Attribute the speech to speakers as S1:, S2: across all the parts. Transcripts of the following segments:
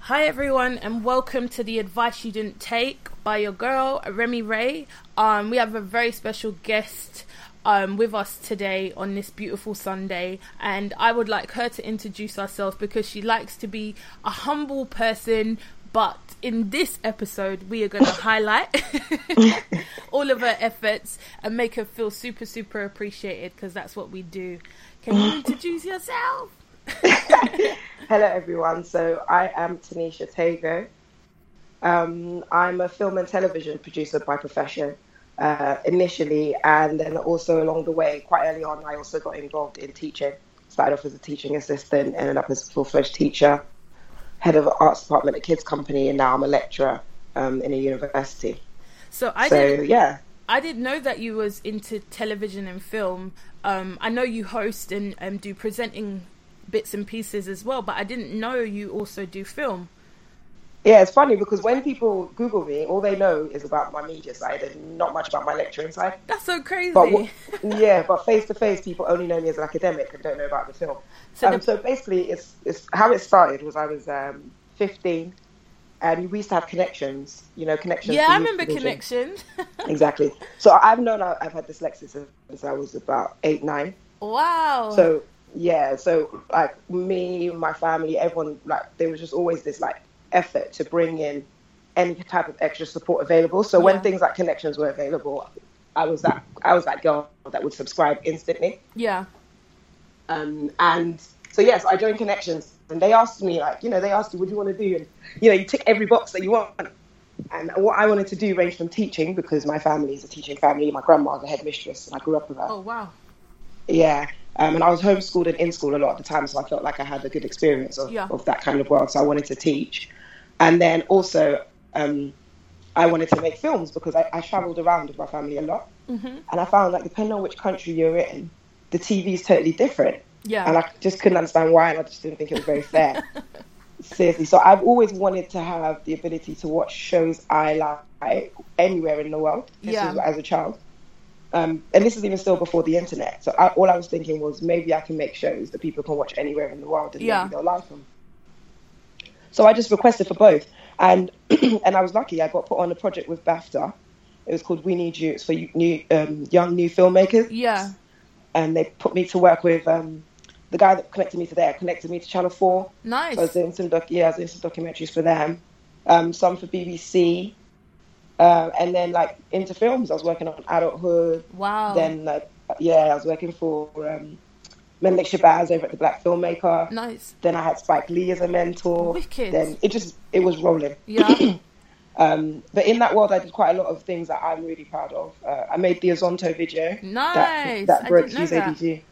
S1: Hi, everyone, and welcome to the Advice You Didn't Take by your girl, Remy Ray. Um, we have a very special guest um, with us today on this beautiful Sunday, and I would like her to introduce herself because she likes to be a humble person. But in this episode, we are going to highlight all of her efforts and make her feel super, super appreciated because that's what we do. Can you introduce yourself?
S2: Hello, everyone. So I am Tanisha Tago. Um, I'm a film and television producer by profession uh, initially, and then also along the way, quite early on, I also got involved in teaching. Started off as a teaching assistant, ended up as a full-fledged teacher, head of arts department at Kids Company, and now I'm a lecturer um, in a university.
S1: So I
S2: so
S1: did
S2: yeah,
S1: I didn't know that you was into television and film. Um, I know you host and um, do presenting bits and pieces as well, but I didn't know you also do film.
S2: yeah. It's funny because when people Google me, all they know is about my media side and not much about my lecturing side.
S1: That's so crazy.
S2: But w- yeah, but face to face, people only know me as an academic and don't know about the film.
S1: So
S2: So,
S1: the-
S2: um, so basically, it's, it's how it started was I was um, 15, and we used to have connections. You know, connections.
S1: yeah,
S2: for
S1: I
S2: youth
S1: remember
S2: provision.
S1: Connection.
S2: Exactly. So I've known I- I've had dyslexia since I was about eight, nine.
S1: wow.
S2: So yeah, so like me, my family, everyone, like there was just always this like effort to bring in any type of extra support available. So
S1: Yeah.
S2: when things like connections were available, I was that I was that girl that would subscribe instantly.
S1: yeah.
S2: Um, and so yes, I joined Connections, and they asked me like, you know, they asked you, what do you want to do? And you know, you tick every box that you want. And what I wanted to do ranged from teaching because my family is a teaching family. My grandma's a headmistress, and I grew up with her.
S1: Oh wow.
S2: Yeah. Um, and I was homeschooled and in school a lot of the time, so I felt like I had a good experience of,
S1: Yeah.
S2: of that kind of world. So I wanted to teach. And then also, um, I wanted to make films because I, I traveled around with my family a lot.
S1: Mhm.
S2: And I found that depending on which country you're in, the TV is totally different.
S1: Yeah.
S2: And I just couldn't understand why, and I just didn't think it was very fair. Seriously. So I've always wanted to have the ability to watch shows I like anywhere in the world. This
S1: Yeah.
S2: was as a child. Um, and this is even still before the internet. So I, all I was thinking was maybe I can make shows that people can watch anywhere in the world and
S1: Yeah.
S2: maybe they'll like them. So I just requested for both, and and I was lucky. I got put on a project with BAFTA. It was called We Need You. It's for you- new um, young new filmmakers
S1: yeah.
S2: and they put me to work with um, the guy that connected me to there connected me to Channel Four. So I was
S1: Nice.
S2: doing some doc- yeah, I was doing some documentaries for them, um, some for BBC, uh, and then like into films. I was working on Adulthood.
S1: Wow.
S2: Then like yeah, I was working for um, Menelik Shabazz over at the Black Filmmaker.
S1: nice.
S2: Then I had Spike Lee as a mentor.
S1: Wicked.
S2: Then it just it was rolling.
S1: Yeah.
S2: Um, but in that world, I did quite a lot of things that I'm really proud of. Uh, I made the Azonto video.
S1: Nice.
S2: That, that
S1: I
S2: broke
S1: didn't know
S2: Hughes
S1: that.
S2: ADG.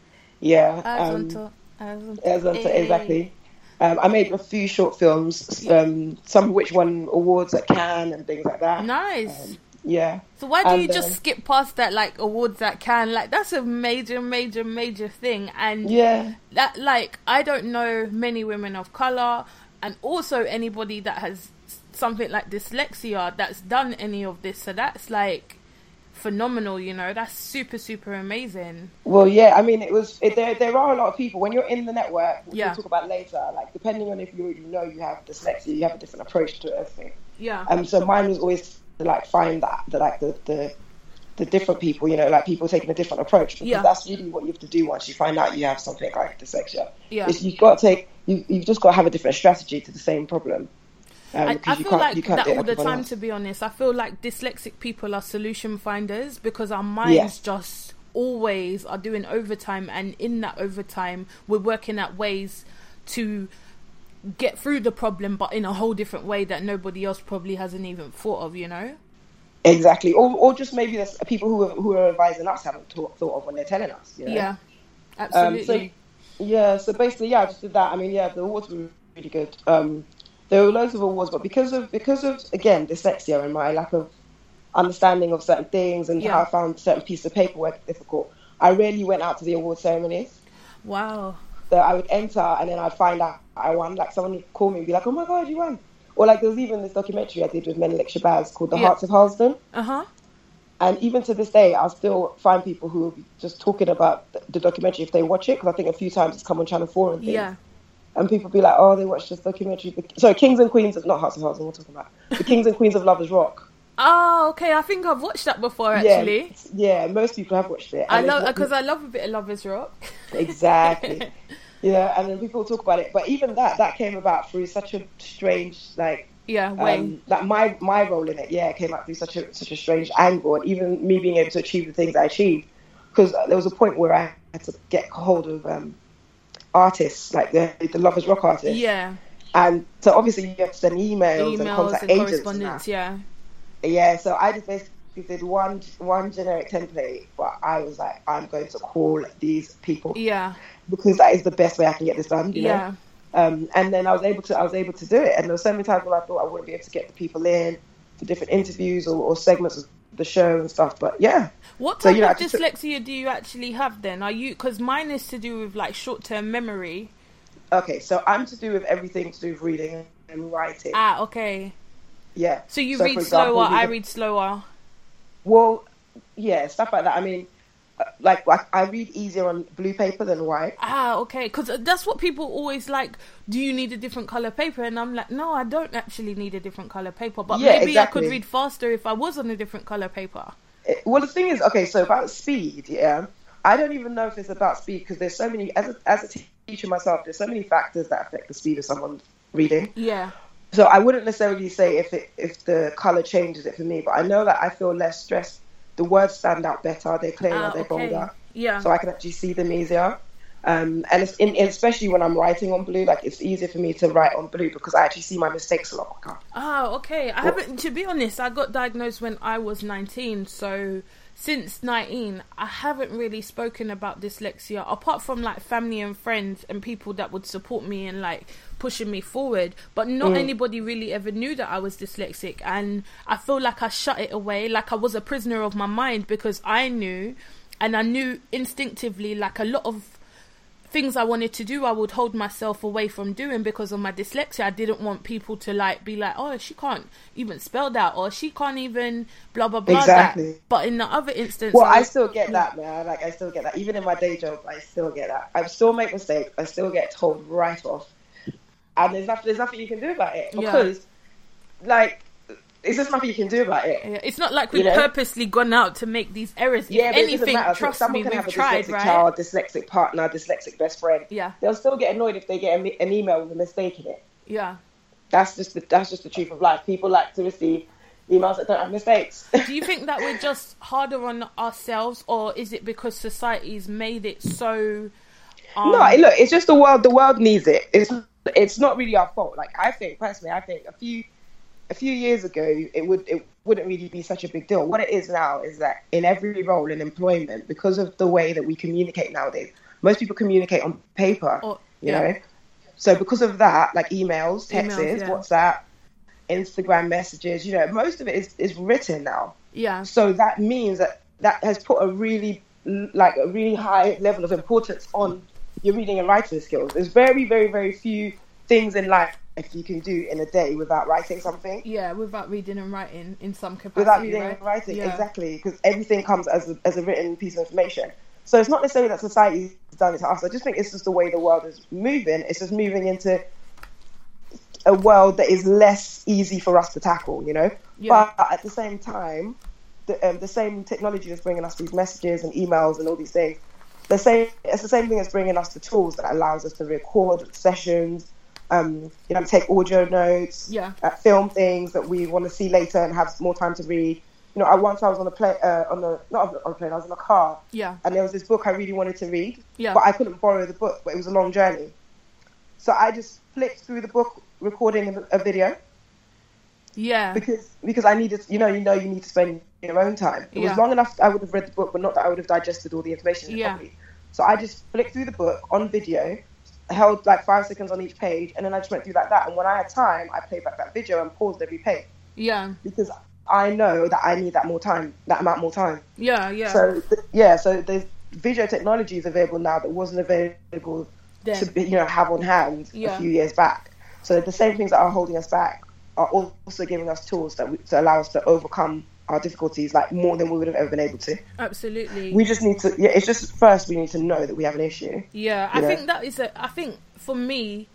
S2: Yeah.
S1: Eyes on
S2: um,
S1: top. Eyes on top.
S2: as on to-
S1: Hey.
S2: exactly. Um, I made a few short films, um, some of which won awards at Cannes and things like that.
S1: Nice.
S2: Um, yeah.
S1: So why do you
S2: And,
S1: just
S2: um,
S1: skip past that like awards that can like that's a major major major thing and
S2: Yeah.
S1: that like I don't know many women of color and also anybody that has s- something like dyslexia that's done any of this so that's like phenomenal you know that's super super amazing
S2: Well, yeah. I mean, it was. It, there, there are a lot of people when you're in the network. Which
S1: Yeah.
S2: We'll talk about later. Like depending on if you already know you have dyslexia, you have a different approach to everything.
S1: yeah
S2: Um, so mine was always to, like find that the like the, the the different people, you know, like people taking a different approach because
S1: Yeah.
S2: that's really what you have to do once you find out you have something like dyslexia.
S1: Yeah.
S2: Is you've got to take you you've just got to have a different strategy to the same problem. Um,
S1: I, I
S2: because you
S1: feel
S2: can't-
S1: like
S2: you can't
S1: that
S2: do it
S1: all the
S2: everyone
S1: time.
S2: else.
S1: To be honest, I feel like dyslexic people are solution finders because our minds just always are doing overtime, and in that overtime, we're working out ways to get through the problem, but in a whole different way that nobody else probably hasn't even thought of. You know?
S2: Exactly, or or just maybe there's people who are, who are advising us haven't thought, thought of when they're telling us. You know?
S1: Yeah,
S2: Um,
S1: absolutely.
S2: so, yeah, so basically, yeah, I just did that. I mean, yeah, the awards were really good. Um, there were loads of awards, but because of because of again dyslexia and my lack of understanding of certain things and
S1: Yeah.
S2: how I found certain pieces of paperwork difficult, I rarely went out to the award ceremonies.
S1: wow.
S2: So I would enter and then I'd find out I won. Like someone would call me and be like, "Oh my god, you won!" Or like there was even this documentary I did with Menelik Shabazz called "The
S1: Yeah.
S2: Hearts of Halston."
S1: Uh huh.
S2: And even to this day, I'll still find people who will be just talking about the- the documentary if they watch it, because I think a few times it's come on Channel 4 and things
S1: Yeah.
S2: and people be like, oh, they watched this documentary. So Kings and Queens of not Hearts and Hearts, we're talking about the Kings and Queens of Lovers Rock.
S1: Oh, okay. I think I've watched that before actually.
S2: Yeah, yeah most people have watched it.
S1: I
S2: And
S1: love
S2: it's-
S1: because I love a bit of Lovers Rock.
S2: exactly. You know, and then people talk about it, but even that that came about through such a strange like
S1: Yeah, way.
S2: um, like my my role in it, yeah, came out through such a such a strange angle, and even me being able to achieve the things I achieved, because there was a point where I had to get hold of um, artists like the the lovers rock artists,
S1: yeah,
S2: and so obviously you have to send emails, and
S1: emails
S2: contact
S1: and
S2: agents and that.
S1: correspondence. Yeah,
S2: Yeah, so I just basically did one one generic template, but I was like, I'm going to call these people
S1: yeah,
S2: because that is the best way I can get this done. You
S1: yeah.
S2: Know? Um, and then I was able to I was able to do it, and there were so many times where I thought I wouldn't be able to get the people in for different interviews or, or segments of the show and stuff. But yeah,
S1: What
S2: So,
S1: type
S2: you know,
S1: of
S2: I just took-
S1: dyslexia do you actually have then? Are you because mine is to do with like short term memory.
S2: okay, so I'm to do with everything to do with reading and writing.
S1: Ah, okay.
S2: yeah.
S1: So you
S2: for
S1: read
S2: example,
S1: slower, I
S2: reading-
S1: read slower.
S2: Well, yeah, stuff like that. I mean, uh, like like, I read easier on blue paper than white.
S1: Ah, okay. Because that's what people always like. Do you need a different color paper? And I'm like, no, I don't actually need a different color paper. But
S2: Yeah,
S1: maybe I
S2: exactly.
S1: could read faster if I was on a different color paper.
S2: it- well the thing is okay so about speed yeah i don't even know if it's about speed because there's so many as a, as a teacher myself there's so many factors that affect the speed of someone reading
S1: Yeah,
S2: so i wouldn't necessarily say if it if the color changes it for me but i know that i feel less stressed the words stand out better they're clearer
S1: Ah,
S2: they're
S1: okay.
S2: bolder
S1: yeah,
S2: so i can actually see them easier um, and it's in, especially when I'm writing on blue, like it's easier for me to write on blue because I actually see my mistakes a lot quicker.
S1: Oh, okay. I haven't. To be honest, I got diagnosed when I was nineteen. So since nineteen, I haven't really spoken about dyslexia apart from like family and friends and people that would support me and like pushing me forward. But not anybody really ever knew that I was dyslexic, and I feel like I shut it away, like I was a prisoner of my mind because I knew, and I knew instinctively, like a lot of things I wanted to do, I would hold myself away from doing because of my dyslexia. I didn't want people to like be like, "Oh, she can't even spell that," or "She can't even blah blah blah."
S2: Exactly.
S1: That. But in the other instance,
S2: Well, I
S1: was-
S2: still get that, man. Like, I still get that. Even in my day job, I still get that. I still make mistakes. I still get told right off, and there's nothing. There's nothing you can do about it
S1: Yeah.
S2: because, like, it's just nothing you can do about it.
S1: Yeah, it's not like we've
S2: You know?
S1: purposely gone out to make these errors. If
S2: Yeah, but it doesn't
S1: anything,
S2: matter.
S1: trust
S2: Someone
S1: me,
S2: can have a
S1: we've tried,
S2: dyslexic
S1: right?
S2: child, dyslexic partner, dyslexic best friend.
S1: Yeah.
S2: they'll still get annoyed if they get a mi- an email with a mistake in it.
S1: Yeah.
S2: That's just the that's just the truth of life. People like to receive emails that don't have mistakes.
S1: Do you think that we're just harder on ourselves, or is it because society's made it so? Um,
S2: No, it- look, it's just the world. The world needs it. It's it's not really our fault. Like I think personally, I think a few a few years ago, it would it wouldn't really be such a big deal. What it is now is that in every role in employment, because of the way that we communicate nowadays, most people communicate on paper.
S1: Or-
S2: you
S1: Oh, yeah.
S2: know, so because of that, like emails, texts,
S1: Emails, yeah.
S2: WhatsApp, Instagram messages, you know, most of it is is written now.
S1: yeah.
S2: So that means that that has put a really like a really high level of importance on your reading and writing skills. There's very, very, very few things in life if you can do in a day without writing something,
S1: Yeah, without reading and writing in some capacity.
S2: without reading
S1: right?
S2: and writing
S1: Yeah.
S2: exactly because everything comes as a, as a written piece of information. So it's not necessarily that society's done it to us. I just think it's just the way the world is moving. It's just moving into a world that is less easy for us to tackle, you know.
S1: Yeah.
S2: But at the same time, the, um, the same technology that's bringing us these messages and emails and all these things, the same it's the same thing that's bringing us the tools that allows us to record sessions, um, you know, take audio notes,
S1: Yeah.
S2: uh, film things that we want to see later and have more time to read. You know, I once I was on a plane, uh, on a not on a plane, I was in a car,
S1: Yeah.
S2: and there was this book I really wanted to read,
S1: Yeah.
S2: but I couldn't borrow the book, but it was a long journey. So I just flipped through the book, recording a- a video
S1: Yeah.
S2: because because I needed, you know, you know, you need to spend your own time. It
S1: Yeah.
S2: was long enough. I would have read the book, but not that I would have digested all the information in it
S1: Yeah.
S2: properly. So I just flicked through the book on video, held like five seconds on each page, and then I just went through like that. And when I had time, I played back that video and paused every page
S1: yeah.
S2: because I know that I need that more time, that amount more time.
S1: Yeah. Yeah.
S2: So th- yeah, so there's video technology is available now that wasn't available
S1: Then.
S2: to be, you know have on hand
S1: Yeah.
S2: a few years back. So the same things that are holding us back are al- also giving us tools that we, to allow us to overcome our difficulties like more than we would have ever been able to.
S1: Absolutely.
S2: We just need to yeah. It's just first we need to know that we have an issue.
S1: Yeah, I
S2: you know?
S1: think that is a. I think for me,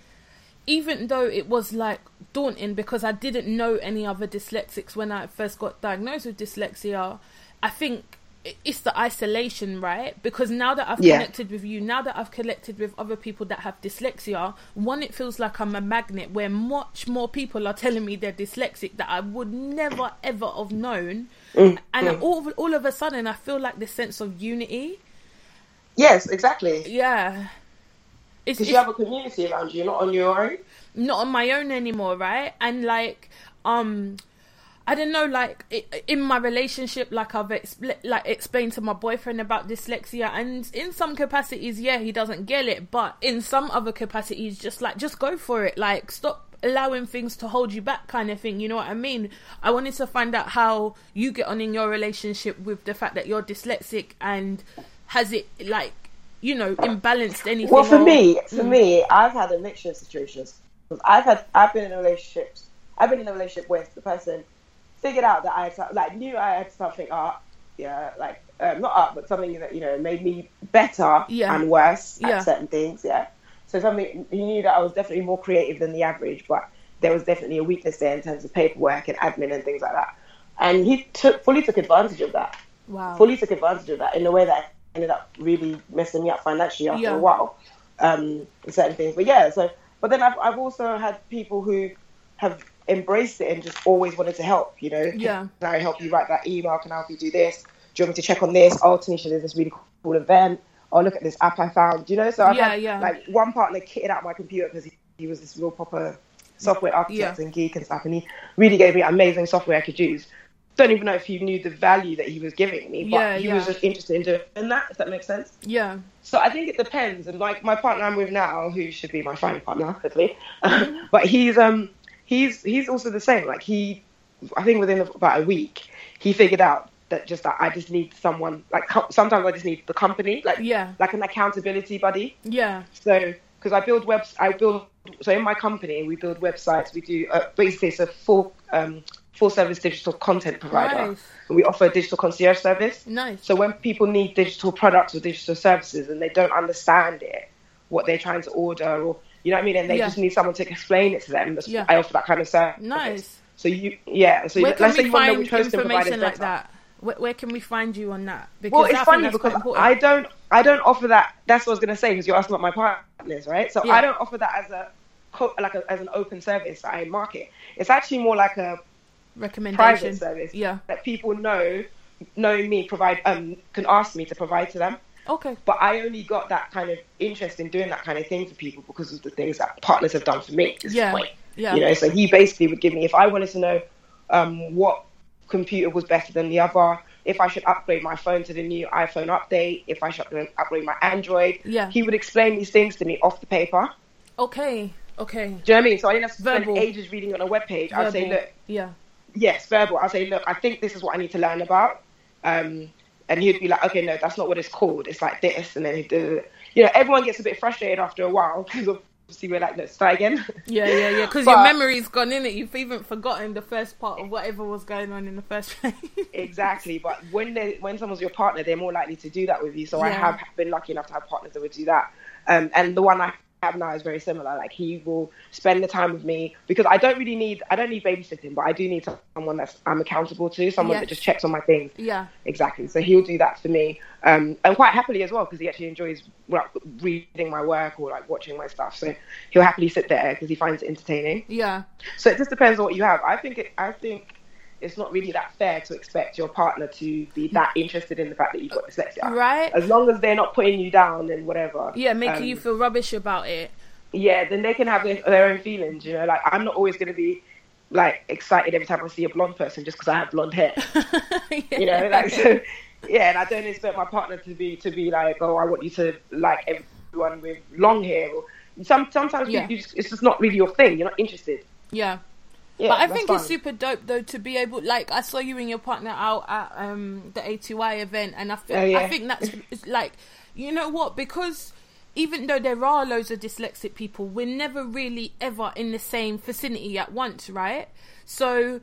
S1: even though it was like daunting because I didn't know any other dyslexics when I first got diagnosed with dyslexia, I think it's the isolation, right? Because now that I've
S2: Yeah.
S1: connected with you, now that I've connected with other people that have dyslexia, one, it feels like I'm a magnet where much more people are telling me they're dyslexic that I would never ever have known,
S2: Mm,
S1: and all all of a sudden I feel like this sense of unity.
S2: Yes, exactly.
S1: Yeah, it's,
S2: Because you
S1: it's-
S2: have a community around you, you're not on your own.
S1: not on my own anymore, right? And like, um, I don't know, like i in my relationship, like I've expl- like explained to my boyfriend about dyslexia, and in some capacities, yeah, he doesn't get it, but in some other capacities, just like just go for it, like stop allowing things to hold you back kind of thing you know what i mean i wanted to find out how you get on in your relationship with the fact that you're dyslexic and has it like you know imbalanced anything
S2: Well, for
S1: or-
S2: me,
S1: Mm.
S2: for me, I've had a mixture of situations. I've had, I've been in relationships. I've been in a relationship with the person figured out that I had, some- like, knew I had something up. Yeah, like um, not up, but something that you know made me better
S1: Yeah.
S2: and worse
S1: Yeah.
S2: at certain things. Yeah. So something you knew that I was definitely more creative than the average, but there was definitely a weakness there in terms of paperwork and admin and things like that. And he took fully took advantage of that
S1: wow
S2: fully took advantage of that in a way that ended up really messing me up financially after
S1: Yeah.
S2: a while. Um, and certain things, but yeah. So, but then I've I've also had people who have embraced it and just always wanted to help. You know,
S1: Yeah.
S2: Can I help you write that email? Can I help you do this? Do you want me to check on this? Oh, Tanisha, there's this really cool event. Oh, look at this app I found. You know, so I've
S1: Yeah,
S2: had,
S1: yeah.
S2: like one partner kitted out my computer because he, he was this real proper software architect
S1: Yeah.
S2: and geek and stuff, and he really gave me amazing software I could use. Don't even know if he knew the value that he was giving me, but
S1: Yeah,
S2: he
S1: yeah.
S2: was just interested in doing that. If that makes sense.
S1: yeah
S2: So I think it depends. And like my partner I'm with now, who should be my final partner, hopefully,
S1: Mm-hmm.
S2: but he's um he's he's also the same. Like he, I think within about a week, he figured out that just that I just need someone. Like co- sometimes I just need the company, like
S1: Yeah.
S2: like an accountability buddy.
S1: yeah
S2: So, because I build webs, I build. So in my company, we build websites. We do uh, basically it's a full um, full service digital content provider.
S1: Nice.
S2: And we offer a digital concierge service.
S1: Nice.
S2: So when people need digital products or digital services and they don't understand it, what they're trying to order or you know what I mean, and they
S1: Yeah.
S2: just need someone to explain it to them. That's,
S1: Yeah.
S2: I offer that kind of service.
S1: Nice.
S2: So you, yeah. So
S1: Where can
S2: let's say
S1: we
S2: you want to know
S1: find
S2: which hosting provider is
S1: information like
S2: better.
S1: that? Where, where can we find you on that? Because
S2: Well,
S1: I
S2: it's
S1: think
S2: funny
S1: that's
S2: because
S1: quite important.
S2: I don't, I don't offer that. That's what I was gonna say because you're asking about my partners, right? So
S1: Yeah.
S2: I don't offer that as a, co- like a, as an open service that I market. It's actually more like a
S1: recommendation.
S2: private service
S1: Yeah.
S2: that people know, know me provide, um, can ask me to provide to them.
S1: Okay.
S2: But I only got that kind of interest in doing that kind of thing for people because of the things that partners have done for me. At this
S1: Yeah,
S2: Point.
S1: yeah.
S2: You know, so he basically would give me if I wanted to know um, what computer was better than the other, if I should upgrade my phone to the new iPhone update, if I should upgrade my Android.
S1: Yeah.
S2: He would explain these things to me off the paper.
S1: Okay. Okay.
S2: Do you know what I mean? So I didn't have to spend
S1: Verbal.
S2: ages reading on a webpage. I'd say,
S1: Verbal.
S2: look,
S1: Yeah.
S2: yes, verbal. I'll say, look, I think this is what I need to learn about. Um, and he'd be like, okay, no, that's not what it's called. It's like this. And then he'd do it. You know, everyone gets a bit frustrated after a while because obviously we're like, let's start again.
S1: Yeah, yeah, yeah. Because your
S2: But-
S1: memory's gone in it. You've even forgotten the first part of whatever was going on in the first place.
S2: exactly. But when they when someone's your partner, they're more likely to do that with you. So I
S1: Yeah.
S2: have been lucky enough to have partners that would do that. Um, and the one I have now is very similar. Like he will spend the time with me because I don't really need I don't need babysitting, but I do need someone that's I'm accountable to, someone
S1: Yes.
S2: that just checks on my things.
S1: yeah.
S2: Exactly. So he'll do that for me, um, and quite happily as well, because he actually enjoys like, reading my work or like watching my stuff. So he'll happily sit there because he finds it entertaining.
S1: Yeah.
S2: So it just depends on what you have. I think it, I think it's not really that fair to expect your partner to be that interested in the fact that you've got dyslexia.
S1: Right.
S2: As long as they're not putting you down and whatever.
S1: Yeah. Making
S2: um,
S1: you feel rubbish about it.
S2: yeah, then they can have their, their own feelings. You know, like I'm not always going to be like excited every time I see a blonde person just because I have blonde hair.
S1: yeah.
S2: you know like so yeah and i don't expect my partner to be to be like oh i want you to like everyone with long hair or some sometimes
S1: Yeah.
S2: you, you just, it's just not really your thing you're not interested
S1: yeah.
S2: yeah
S1: but I
S2: that's
S1: think it's
S2: fine.
S1: super dope though to be able, like, I saw you and your partner out at um, the ATY event, and I think
S2: Oh, yeah.
S1: I think that's it's like, you know what? Because even though there are loads of dyslexic people, we're never really ever in the same vicinity at once, right? So,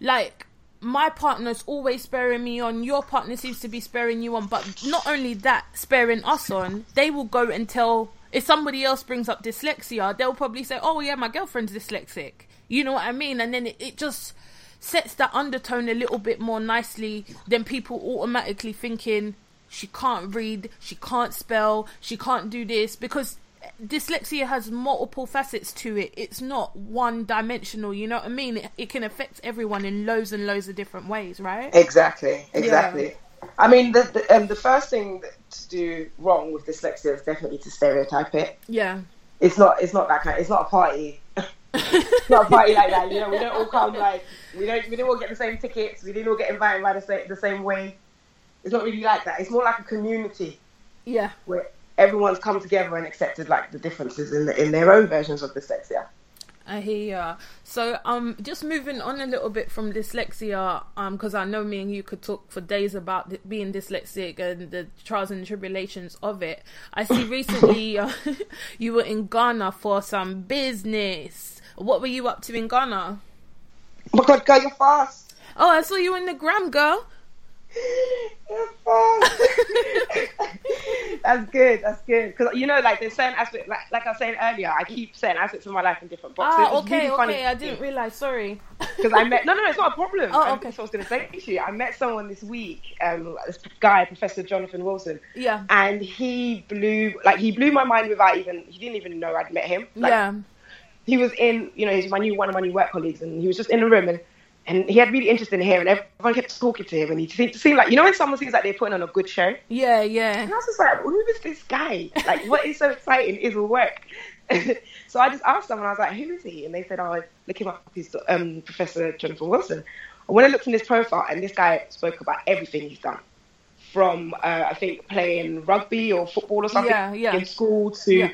S1: like. My partner's always sparing me on. Your partner seems to be sparing you on, but not only that, sparing us on. They will go and tell if somebody else brings up dyslexia, they'll probably say, "Oh yeah, my girlfriend's dyslexic." You know what I mean? And then it, it just sets that undertone a little bit more nicely than people automatically thinking she can't read, she can't spell, she can't do this because dyslexia has multiple facets to it. It's not one dimensional, you know what I mean? It, it can affect everyone in loads and loads of different ways, right?
S2: Eh. Exactly, exactly. I mean, the, the, um, the first thing that to do wrong with dyslexia is definitely to stereotype it.
S1: Yeah.
S2: It's not. It's not that kind. It's not a party. it's not a party like that. You know, we don't all come like we don't. We didn't all get the same tickets. We didn't all get invited by the same the same way. It's not really like that. It's more like a community
S1: Yeah.
S2: where everyone's come together and accepted like the differences in the, in their own versions of dyslexia.
S1: I hear ya. So, um, just moving on a little bit from dyslexia, um, because I know me and you could talk for days about th- being dyslexic and the trials and tribulations of it. I see recently uh, you were in Ghana for some business. What were you up to in Ghana?
S2: Oh my god, girl, you're fast.
S1: Oh, I saw you in the gram, girl.
S2: You're fast. that's good. That's good. Because you know, like there's certain aspects, like, like I was saying earlier, I keep saying aspects of my life in different boxes.
S1: Ah,
S2: It's
S1: okay,
S2: really funny
S1: okay. I didn't realize. Sorry.
S2: because I met no, no, no, it's not a problem.
S1: Oh,
S2: I-
S1: okay.
S2: That's what I was going to say to you. I met someone this week, um, this guy, Professor Jonathan Wilson,
S1: Yeah.
S2: and he blew like he blew my mind without even he didn't even know I'd met him. Like,
S1: yeah.
S2: he was in, you know, he's my new one of my new work colleagues, and he was just in a room and. And he had really interest in here, and everyone kept talking to him. And he seemed, seemed like, you know, when someone seems like they're putting on a good show, and
S1: Yeah. Yeah.
S2: I was just like, who is this guy? Like, what is so exciting is work. so I just asked someone, I was like, who is he? And they said, oh, look him up. He's um, Professor Jonathan Wilson. And when I looked in his profile, and this guy spoke about everything he's done from, uh, I think, playing rugby or football or something
S1: Yeah, yeah.
S2: in school to
S1: Yeah.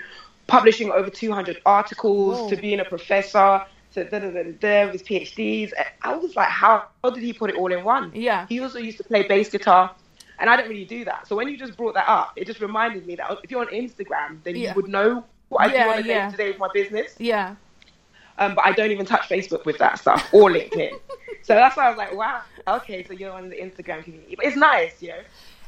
S2: publishing over 200 articles
S1: Whoa.
S2: to being a professor. To da, da, da, da, da, with PhDs, And I was like, how, how did he put it all in one?
S1: Yeah.
S2: He also used to play bass guitar, and I don't really do that. So when you just brought that up, it just reminded me that if you're on Instagram, then
S1: Yeah.
S2: you would know what I
S1: Yeah,
S2: do on a
S1: yeah.
S2: day to day with my business.
S1: Yeah.
S2: Um, but I don't even touch Facebook with that stuff or LinkedIn. so that's why I was like, wow, okay, so you're on the Instagram community. But it's nice, you know.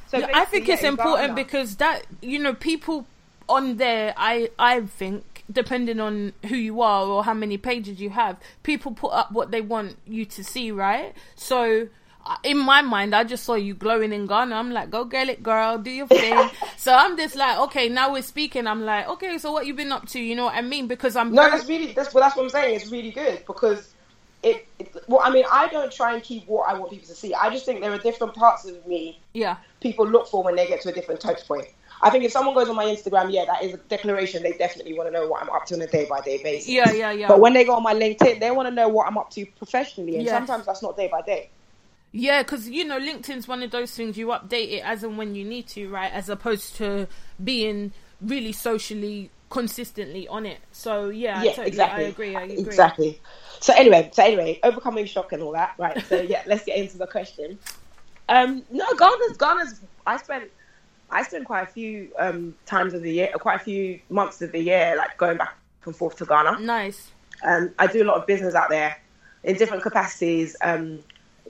S2: So
S1: Yeah, I think
S2: basically,
S1: it's
S2: yeah,
S1: important
S2: Ghana.
S1: because that you know people on there. I I think depending on who you are or how many pages you have, people put up what they want you to see, right? So. uh, In my mind, I just saw you glowing in Ghana. I'm like, go girl it, girl, do your thing. so I'm just like, okay, now we're speaking. I'm like, okay, so what you been up to? You know what I mean? Because I'm
S2: No, that's really that's well, that's what I'm saying. It's really good because it, it. Well, I mean, I don't try and keep what I want people to see. I just think there are different parts of me
S1: yeah,
S2: people look for when they get to a different touch point. I think if someone goes on my Instagram, yeah, that is a declaration. They definitely want to know what I'm up to on a day by day basis.
S1: Yeah, yeah, yeah.
S2: But when they go on my LinkedIn, they want to know what I'm up to professionally, and
S1: Yes.
S2: sometimes that's not day by day.
S1: Yeah, because you know, LinkedIn's one of those things you update it as and when you need to, right? As opposed to being really socially consistently on it. So yeah, I
S2: yeah,
S1: totally,
S2: exactly.
S1: I agree. I agree.
S2: Exactly. So anyway, so anyway, overcoming shock and all that, right? So yeah, let's get into the question. Um, no, Ghana's Ghana's. I spent I spent quite a few um times of the year, quite a few months of the year, like going back and forth to Ghana.
S1: Nice.
S2: Um, I do a lot of business out there in different capacities. Um,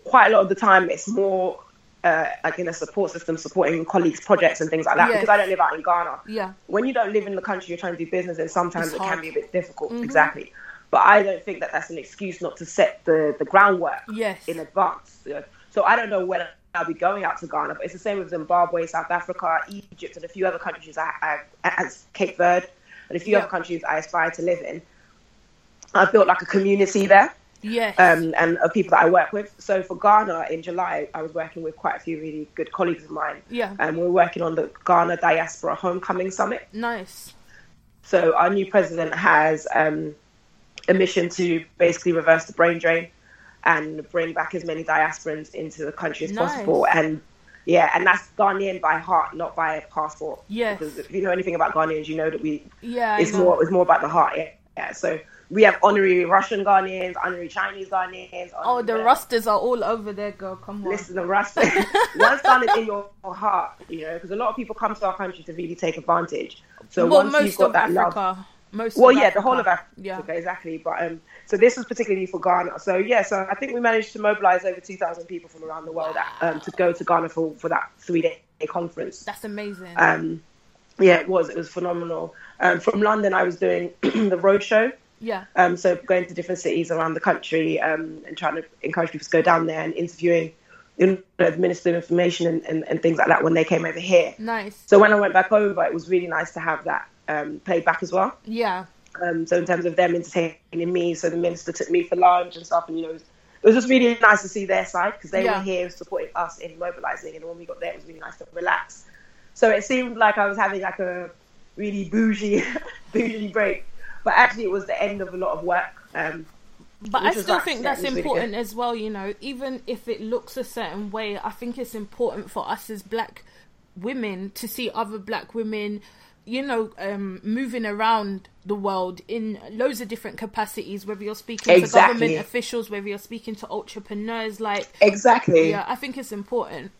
S2: quite a lot of the time, it's more uh, like in a support system, supporting colleagues' projects and things like that.
S1: Yes.
S2: Because I don't live out in Ghana.
S1: Yeah.
S2: When you don't live in the country, you're trying to do business, and sometimes
S1: It's
S2: it
S1: hard. Mm-hmm.
S2: can be a bit difficult. Exactly. But I don't think that that's an excuse not to set the, the groundwork
S1: Yes.
S2: in advance. you know. So I don't know when I'll be going out to Ghana, but it's the same with Zimbabwe, South Africa, Egypt, and a few other countries. I, I as Cape Verde, and a few
S1: Yeah.
S2: other countries I aspire to live in. I built like a community there,
S1: Yes.
S2: um, and of people that I work with. So for Ghana in July, I was working with quite a few really good colleagues of mine,
S1: yeah.
S2: and we are working on the Ghana Diaspora Homecoming Summit.
S1: nice.
S2: So our new president has um, a mission to basically reverse the brain drain and bring back as many diasporans into the country as
S1: Nice.
S2: possible. And yeah, and that's Ghanaian by heart, not by passport.
S1: Yes.
S2: Because if you know anything about Ghanaians, you know that we
S1: Yeah. I
S2: it's
S1: know.
S2: more it's more about the heart. Yeah. yeah. So we have honorary Russian Ghanaians, honorary Chinese Ghanaians.
S1: Oh,
S2: honorary
S1: the
S2: whatever.
S1: rusters are all over there, girl. Come on.
S2: Listen, the Rasta. Once done is in your heart, you know, because a lot of people come to our country to really take advantage. So
S1: well,
S2: once
S1: most
S2: you've got
S1: of
S2: that love,
S1: Africa. Most.
S2: well,
S1: of
S2: yeah, the whole of Africa,
S1: Yeah.
S2: exactly. But um, so this was particularly for Ghana. So yeah, so I think we managed to mobilize over two thousand people from around the world um, to go to Ghana for for that three day conference.
S1: That's amazing.
S2: Um, yeah, it was. It was phenomenal. Um, from London, I was doing the road show.
S1: Yeah.
S2: Um, so going to different cities around the country um, and trying to encourage people to go down there and interviewing, you know, administering information and, and, and things like that when they came over here.
S1: Nice.
S2: So when I went back over, it was really nice to have that um, played back as well.
S1: Yeah.
S2: Um, so in terms of them entertaining me, so the minister took me for lunch and stuff, and you know, it was, it was just really nice to see their side because they
S1: Yeah.
S2: were here supporting us in mobilising, and when we got there, it was really nice to relax. So it seemed like I was having like a really bougie, bougie break, but actually it was the end of a lot of work. Um,
S1: But
S2: Which
S1: I
S2: was
S1: still
S2: nice.
S1: think
S2: Yeah,
S1: that's
S2: it was really good.
S1: important as well, you know, even if it looks a certain way, I think it's important for us as black women to see other black women, you know, um, moving around the world in loads of different capacities, whether you're speaking to
S2: Exactly.
S1: government officials, whether you're speaking to entrepreneurs, like,
S2: exactly.
S1: yeah, I think it's important.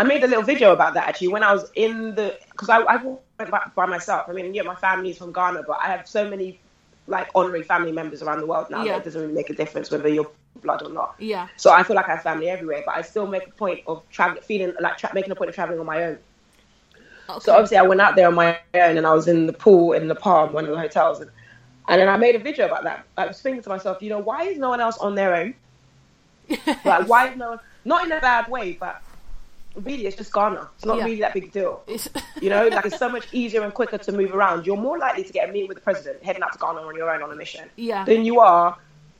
S2: I made a little video about that actually when I was in the because I, I went back by myself. I mean, yeah, my family's from Ghana, but I have so many like honorary family members around the world now.
S1: Yeah.
S2: That it doesn't really make a difference whether you're blood or not.
S1: Yeah.
S2: So I feel like I have family everywhere, but I still make a point of traveling, feeling like tra- making a point of traveling on my own.
S1: Okay.
S2: So obviously, I went out there on my own, and I was in the pool in the palm, one of the hotels, and, and then I made a video about that. I was thinking to myself, you know, why is no one else on their own? Like, why is no one? Not in a bad way, but really, it's just Ghana. It's not
S1: Yeah.
S2: really that big a deal.
S1: It's-
S2: You know, like it's so much easier and quicker to move around. You're more likely to get a meeting with the president heading out to Ghana on your own on a mission
S1: Yeah.
S2: than you are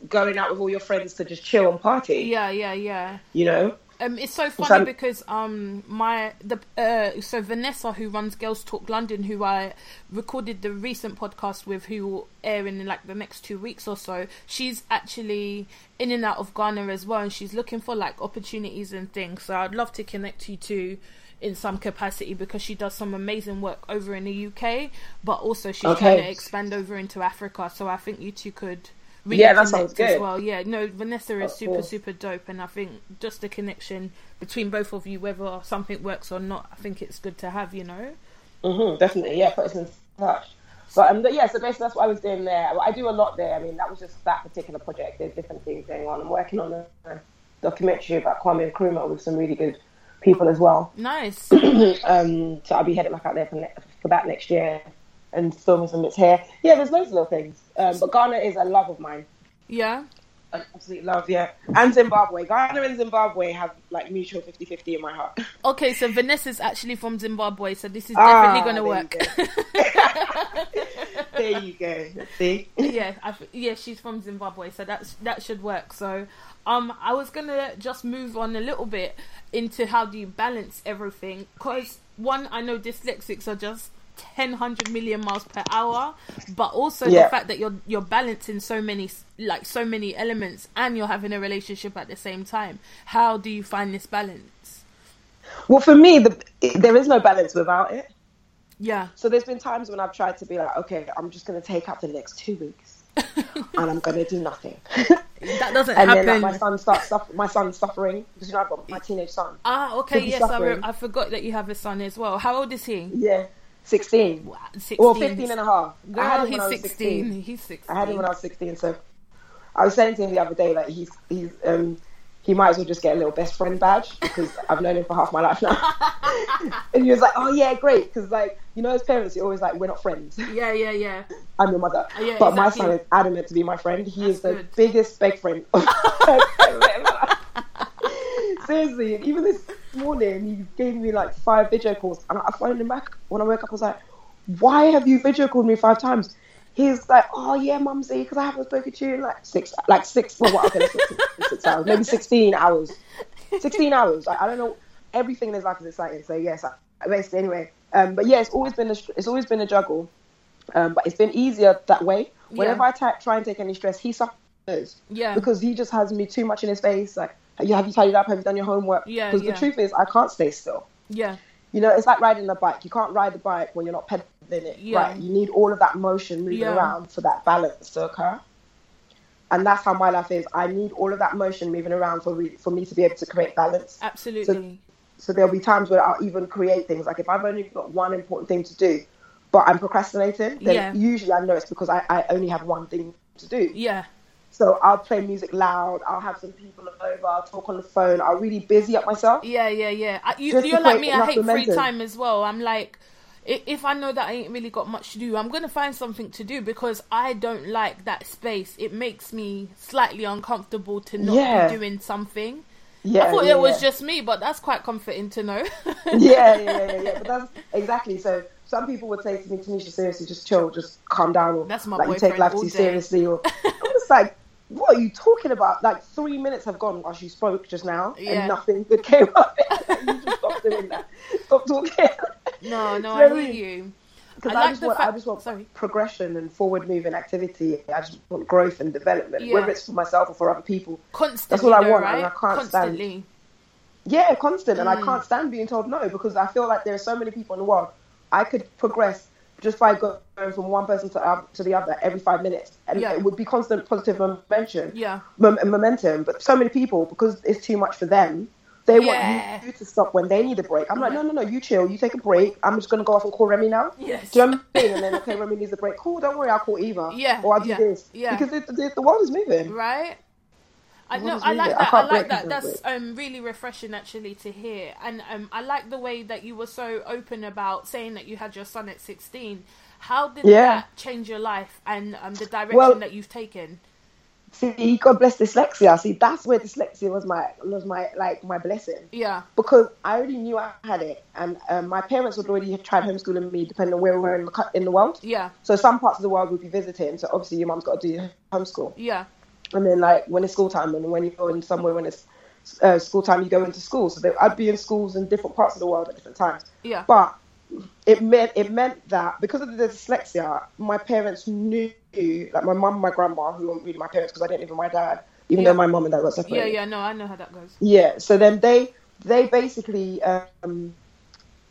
S2: going out with all your friends to just chill and party.
S1: yeah, yeah, yeah.
S2: You know,
S1: Um, it's so funny
S2: So I'm-
S1: because um my the uh so Vanessa who runs Girls Talk London who I recorded the recent podcast with who will air in like the next two weeks or so she's actually in and out of Ghana as well and she's looking for like opportunities and things so I'd love to connect you to in some capacity because she does some amazing work over in the UK but also she's
S2: Okay.
S1: trying to expand over into Africa so I think you two could really
S2: Yeah, that sounds
S1: connect as
S2: good.
S1: well Oh, yeah no Vanessa is
S2: Of
S1: super
S2: course.
S1: super dope and i think just the connection between both of you whether something works or not i think it's good to have you know
S2: hmm definitely, yeah, put us in touch. But um, but yeah, so basically that's what I was doing there. Well, I do a lot there. I mean, that was just that particular project. There's different things going on. I'm working on a a documentary about Kwame Nkrumah with some really good people as well.
S1: nice
S2: Um, so I'll be heading back out there for, ne- for that next year and filming some bits here. Yeah, there's loads of little things. Um, but Ghana is a love of mine.
S1: yeah
S2: An absolute love, yeah. And Zimbabwe. Ghana and Zimbabwe have like mutual 50 50 in my heart.
S1: okay so vanessa's actually from zimbabwe so this is
S2: Ah,
S1: definitely gonna
S2: there you
S1: work
S2: there you go. See?
S1: yeah, I, th- yeah, she's from Zimbabwe, so that's that should work. So, um, I was gonna just move on a little bit into how do you balance everything? Because one, I know dyslexics are just ten hundred million miles per hour, but also the
S2: Yeah.
S1: fact that you're you're balancing so many s- like so many elements, and you're having a relationship at the same time. How do you find this balance?
S2: Well, for me, the, there is no balance without it.
S1: Yeah,
S2: So there's been times when I've tried to be like, okay, I'm just going to take up the next two weeks and I'm going to do nothing.
S1: that doesn't
S2: and
S1: happen.
S2: then like, my son starts suffer- my son's suffering because you know I've got my teenage son.
S1: ah, okay,
S2: he's
S1: yes, I, re-
S2: suffering.
S1: I forgot that you have a son as well. How old is he?
S2: Yeah, 16.
S1: Wow, 16.
S2: Well, 15 and a half.
S1: Girl,
S2: I had him when
S1: he's
S2: I was
S1: 16. He's 16.
S2: I had him when I was 16, so I was saying to him the other day, like, he's, he's, um, he might as well just get a little best friend badge because I've known him for half my life now. and he was like, oh, yeah, great. Because, like, you know, as parents, you're always like, we're not friends.
S1: Yeah, yeah, yeah.
S2: I'm your mother.
S1: Yeah,
S2: but my
S1: exactly.
S2: son is adamant to be my friend. He
S1: That's
S2: is the
S1: good.
S2: biggest big friend. Seriously, and even this morning, he gave me like five video calls, and I phoned him back when I woke up. I was like, "Why have you video called me five times?" He's like, "Oh yeah, mumsy, because I haven't spoken to you in like six, like six, well, what, okay, let's not say six hours, maybe sixteen hours, sixteen hours. Like, I don't know. Everything in his life is exciting. So yes, I, basically anyway. Um, but yeah, it's always been a, str- it's always been a juggle. Um, but it's been easier that way. Whenever
S1: Yeah.
S2: I ta- try and take any stress, he suffers
S1: Yeah.
S2: because he just has me too much in his face. Like, have you, have you tidied up? Have you done your homework?
S1: Yeah,
S2: Because
S1: yeah.
S2: the truth is, I can't stay still.
S1: yeah.
S2: You know, it's like riding a bike. You can't ride the bike when you're not pedaling it.
S1: Yeah.
S2: Right. You need all of that motion moving
S1: Yeah.
S2: around for that balance to occur. And that's how my life is. I need all of that motion moving around for re- for me to be able to create balance.
S1: Absolutely.
S2: So there'll be times where I'll even create things. Like if I've only got one important thing to do, but I'm procrastinating, then
S1: Yeah.
S2: usually I know it's because I, I only have one thing to do.
S1: yeah.
S2: So I'll play music loud. I'll have some people over. I'll talk on the phone. I'll really busy up myself.
S1: Yeah, yeah, yeah. I, you,
S2: Just
S1: you're
S2: to
S1: like
S2: create
S1: me. I
S2: enough
S1: hate free
S2: momentum.
S1: time as well. I'm like, i- if I know that I ain't really got much to do, I'm gonna find something to do because I don't like that space. It makes me slightly uncomfortable to not
S2: Yeah.
S1: be doing something.
S2: Yeah,
S1: I thought
S2: yeah,
S1: it was
S2: yeah.
S1: just me, but that's quite comforting to know.
S2: yeah, yeah, yeah, yeah. But that's exactly. So some people would say to me, Tanisha, seriously, just chill, just calm down. Or,
S1: That's my
S2: like, you
S1: boyfriend
S2: take life
S1: all
S2: too
S1: day.
S2: seriously. Or I'm just like, what are you talking about? Like three minutes have gone while she spoke just now,
S1: Yeah.
S2: and nothing good came up. you just stop doing that. Stop talking.
S1: no, no,
S2: Do you know
S1: I
S2: what I
S1: hear
S2: mean?
S1: you.
S2: Because
S1: I
S2: I,
S1: like
S2: just
S1: the
S2: want,
S1: fact-
S2: I just want
S1: sorry.
S2: progression and forward moving activity. I just want growth and development,
S1: Yeah.
S2: whether it's for myself or for other people.
S1: Constantly,
S2: all I
S1: though,
S2: want,
S1: right?
S2: and I can't stand-
S1: Constantly.
S2: Yeah, constant.
S1: Mm.
S2: And I can't stand being told no because I feel like there are so many people in the world. I could progress just by go- going from one person to, oth- to the other every five minutes. And
S1: Yeah.
S2: it would be constant positive momentum.
S1: Yeah.
S2: Mom- momentum. But so many people, because it's too much for them, they
S1: Yeah.
S2: want you to stop when they need a break. I'm like, no, no, no, you chill. You take a break. I'm just going to go off and call Remy now.
S1: Yes.
S2: Do you know what I mean? And then, okay, Remy needs a break. Cool, don't worry, I'll call Eva.
S1: Yeah,
S2: Or I'll do
S1: yeah,
S2: this.
S1: yeah.
S2: Because it, the, the world is moving.
S1: right? I
S2: What
S1: know.
S2: was
S1: I
S2: really
S1: like
S2: good? I
S1: that. I,
S2: can't
S1: like
S2: break
S1: that.
S2: it,
S1: That's
S2: but-
S1: um, really refreshing, actually, to hear. And um, I like the way that you were so open about saying that you had your son at sixteen. How did
S2: Yeah.
S1: that change your life and um, the direction
S2: Well-
S1: that you've taken?
S2: See, God bless dyslexia. See, that's where dyslexia was my was my like my blessing
S1: Yeah,
S2: because I already knew I had it, and um, my parents would already have tried homeschooling me, depending on where we were in the cou- in the world.
S1: yeah,
S2: So some parts of the world would be visiting. So obviously, your mum's got to do homeschool,
S1: yeah,
S2: and then like when it's school time, and when you go in somewhere when it's uh, school time, you go into school. So they, I'd be in schools in different parts of the world at different times.
S1: yeah,
S2: But it meant it meant that because of the dyslexia, my parents knew, like my mum, and my grandma, who weren't really my parents because I didn't live with my dad, even
S1: Yeah.
S2: though my mum and dad got separated.
S1: yeah, yeah. No, I know how that goes.
S2: Yeah, So then they they basically um,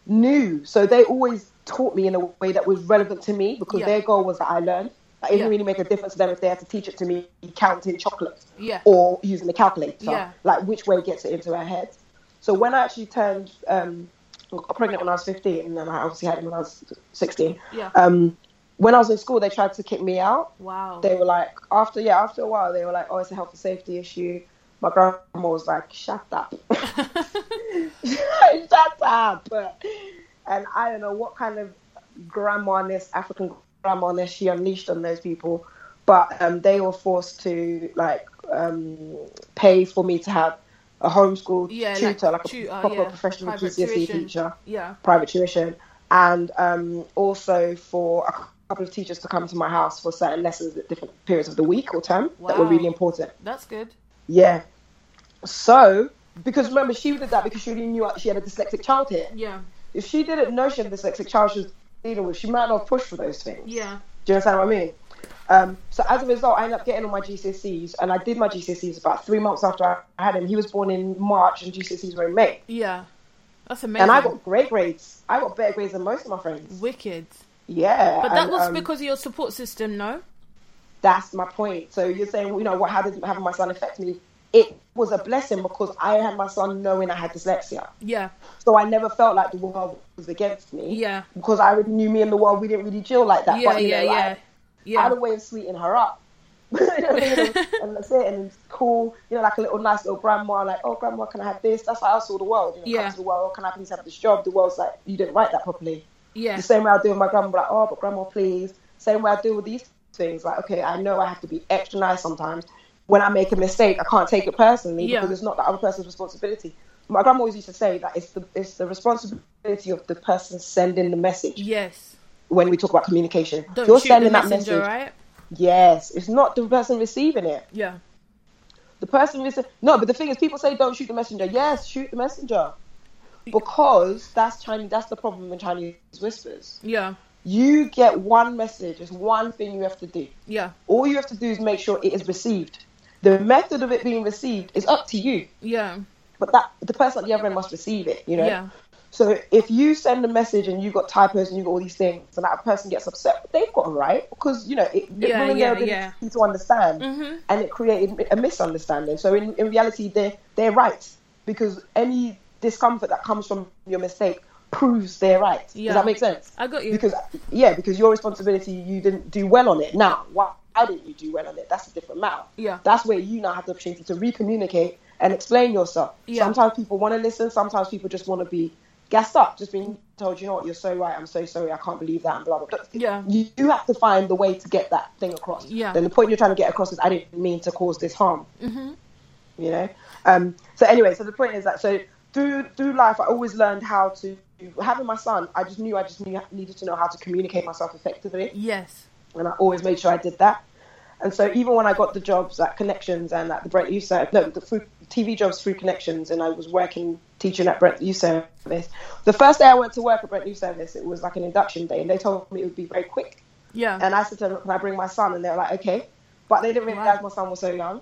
S2: knew. So they always taught me in a way that was relevant to me because
S1: Yeah.
S2: their goal was that I learned. Like, it didn't
S1: Yeah.
S2: really make a difference to them if they had to teach it to me counting chocolates
S1: Yeah,
S2: or using the calculator,
S1: Yeah.
S2: like which way gets it into her head. So when I actually turned um, got pregnant when I was 15, and then I obviously had him when I was 16.
S1: yeah.
S2: Um, when I was in school, they tried to kick me out.
S1: Wow.
S2: They were like, after yeah, after a while, they were like, oh, it's a health and safety issue. My grandma was like, shut up, shut up. And I don't know what kind of grandma-ness, African grandma-ness she unleashed on those people, but um, they were forced to like um, pay for me to have a homeschool
S1: Yeah, like
S2: tutor, like, a
S1: tutor,
S2: proper
S1: yeah,
S2: professional
S1: private
S2: GCSE
S1: tuition.
S2: E teacher
S1: yeah,
S2: private tuition, and um, also for a couple of teachers to come to my house for certain lessons at different periods of the week or term that were
S1: Wow.
S2: really important.
S1: that's good.
S2: Yeah. So, because remember, she did that because she already knew she had a dyslexic child here.
S1: Yeah,
S2: If she didn't know she had a dyslexic child she was dealing with, she might not have pushed for those things.
S1: yeah,
S2: Do you understand what I mean? Um, so as a result, I ended up getting all my GCSEs, and I did my GCSEs about three months after I had him. He was born in March, and GCSEs were in May.
S1: yeah. That's amazing.
S2: And I got great grades. I got better grades than most of my friends.
S1: wicked.
S2: Yeah,
S1: But that
S2: and,
S1: was
S2: um,
S1: because of your support system, no?
S2: that's my point. So you're saying, you know, what? How did having my son affect me? It was a blessing because I had my son knowing I had dyslexia,
S1: Yeah,
S2: so I never felt like the world was against me.
S1: yeah,
S2: because I already knew me and the world. We didn't really deal like that.
S1: yeah,
S2: but, you
S1: yeah,
S2: know,
S1: yeah,
S2: I, I
S1: yeah.
S2: had a way of sweetening her up. You know what I mean? and that's it. And it's cool, you know, like a little nice little grandma, like, oh, grandma, can I have this? That's how I saw the world. You know,
S1: Yeah.
S2: come to the world, oh, can I please have this job? The world's like, you didn't write that properly.
S1: Yeah,
S2: The same way I do with my grandma, like, oh, but grandma, please. Same way I do with these things, like, okay, I know I have to be extra nice sometimes. When I make a mistake, I can't take it personally
S1: Yeah.
S2: because it's not the other person's responsibility. My grandma always used to say that it's the it's the responsibility of the person sending the message
S1: yes.
S2: when we talk about communication.
S1: Don't
S2: You're
S1: shoot
S2: sending
S1: the
S2: that
S1: messenger,
S2: message.
S1: right?
S2: Yes, it's not the person receiving it.
S1: Yeah,
S2: The person receiving no, but the thing is, people say don't shoot the messenger. Yes, shoot the messenger because that's Chinese. That's the problem in Chinese whispers.
S1: yeah,
S2: You get one message, it's one thing you have to do.
S1: yeah,
S2: All you have to do is make sure it is received. The method of it being received is up to you,
S1: yeah,
S2: but that the person at the other end must receive it, you know?
S1: yeah,
S2: So if you send a message and you got typos and you got all these things and that person gets upset, they've got a right because, you know, it, it
S1: Yeah,
S2: ruined
S1: yeah,
S2: their ability
S1: yeah.
S2: to understand
S1: Mhm.
S2: and it created a misunderstanding. So in, in reality, they're, they're right because any discomfort that comes from your mistake proves they're right.
S1: Yeah.
S2: Does that make sense?
S1: I got you.
S2: because yeah, because your responsibility you didn't do well on it. Now, why didn't you do well on it? That's a different matter.
S1: Yeah.
S2: that's where you now have the opportunity to recommunicate and explain yourself.
S1: Yeah.
S2: Sometimes people want to listen. Sometimes people just want to be gassed up, just being told, you know what, you're so right, I'm so sorry, I can't believe that, and blah, blah, blah.
S1: Yeah.
S2: You, you have to find the way to get that thing across.
S1: Yeah.
S2: Then the point you're trying to get across is, I didn't mean to cause this harm. Mm-hmm. You know? Um, so, anyway, so the point is that, so through, through life, I always learned how to, having my son, I just knew I just knew, needed to know how to communicate myself effectively
S1: Yes.
S2: and I always made sure I did that. And so even when I got the jobs at Connections and at the Brent Youth Service, no, the food, TV jobs through Connections, and I was working teaching at Brent Youth Service. The first day I went to work at Brent Youth Service, it was like an induction day, and they told me it would be very quick.
S1: Yeah.
S2: And I said to them, "Can I bring my son?" And they were like, "Okay," but they didn't realize my son was so young.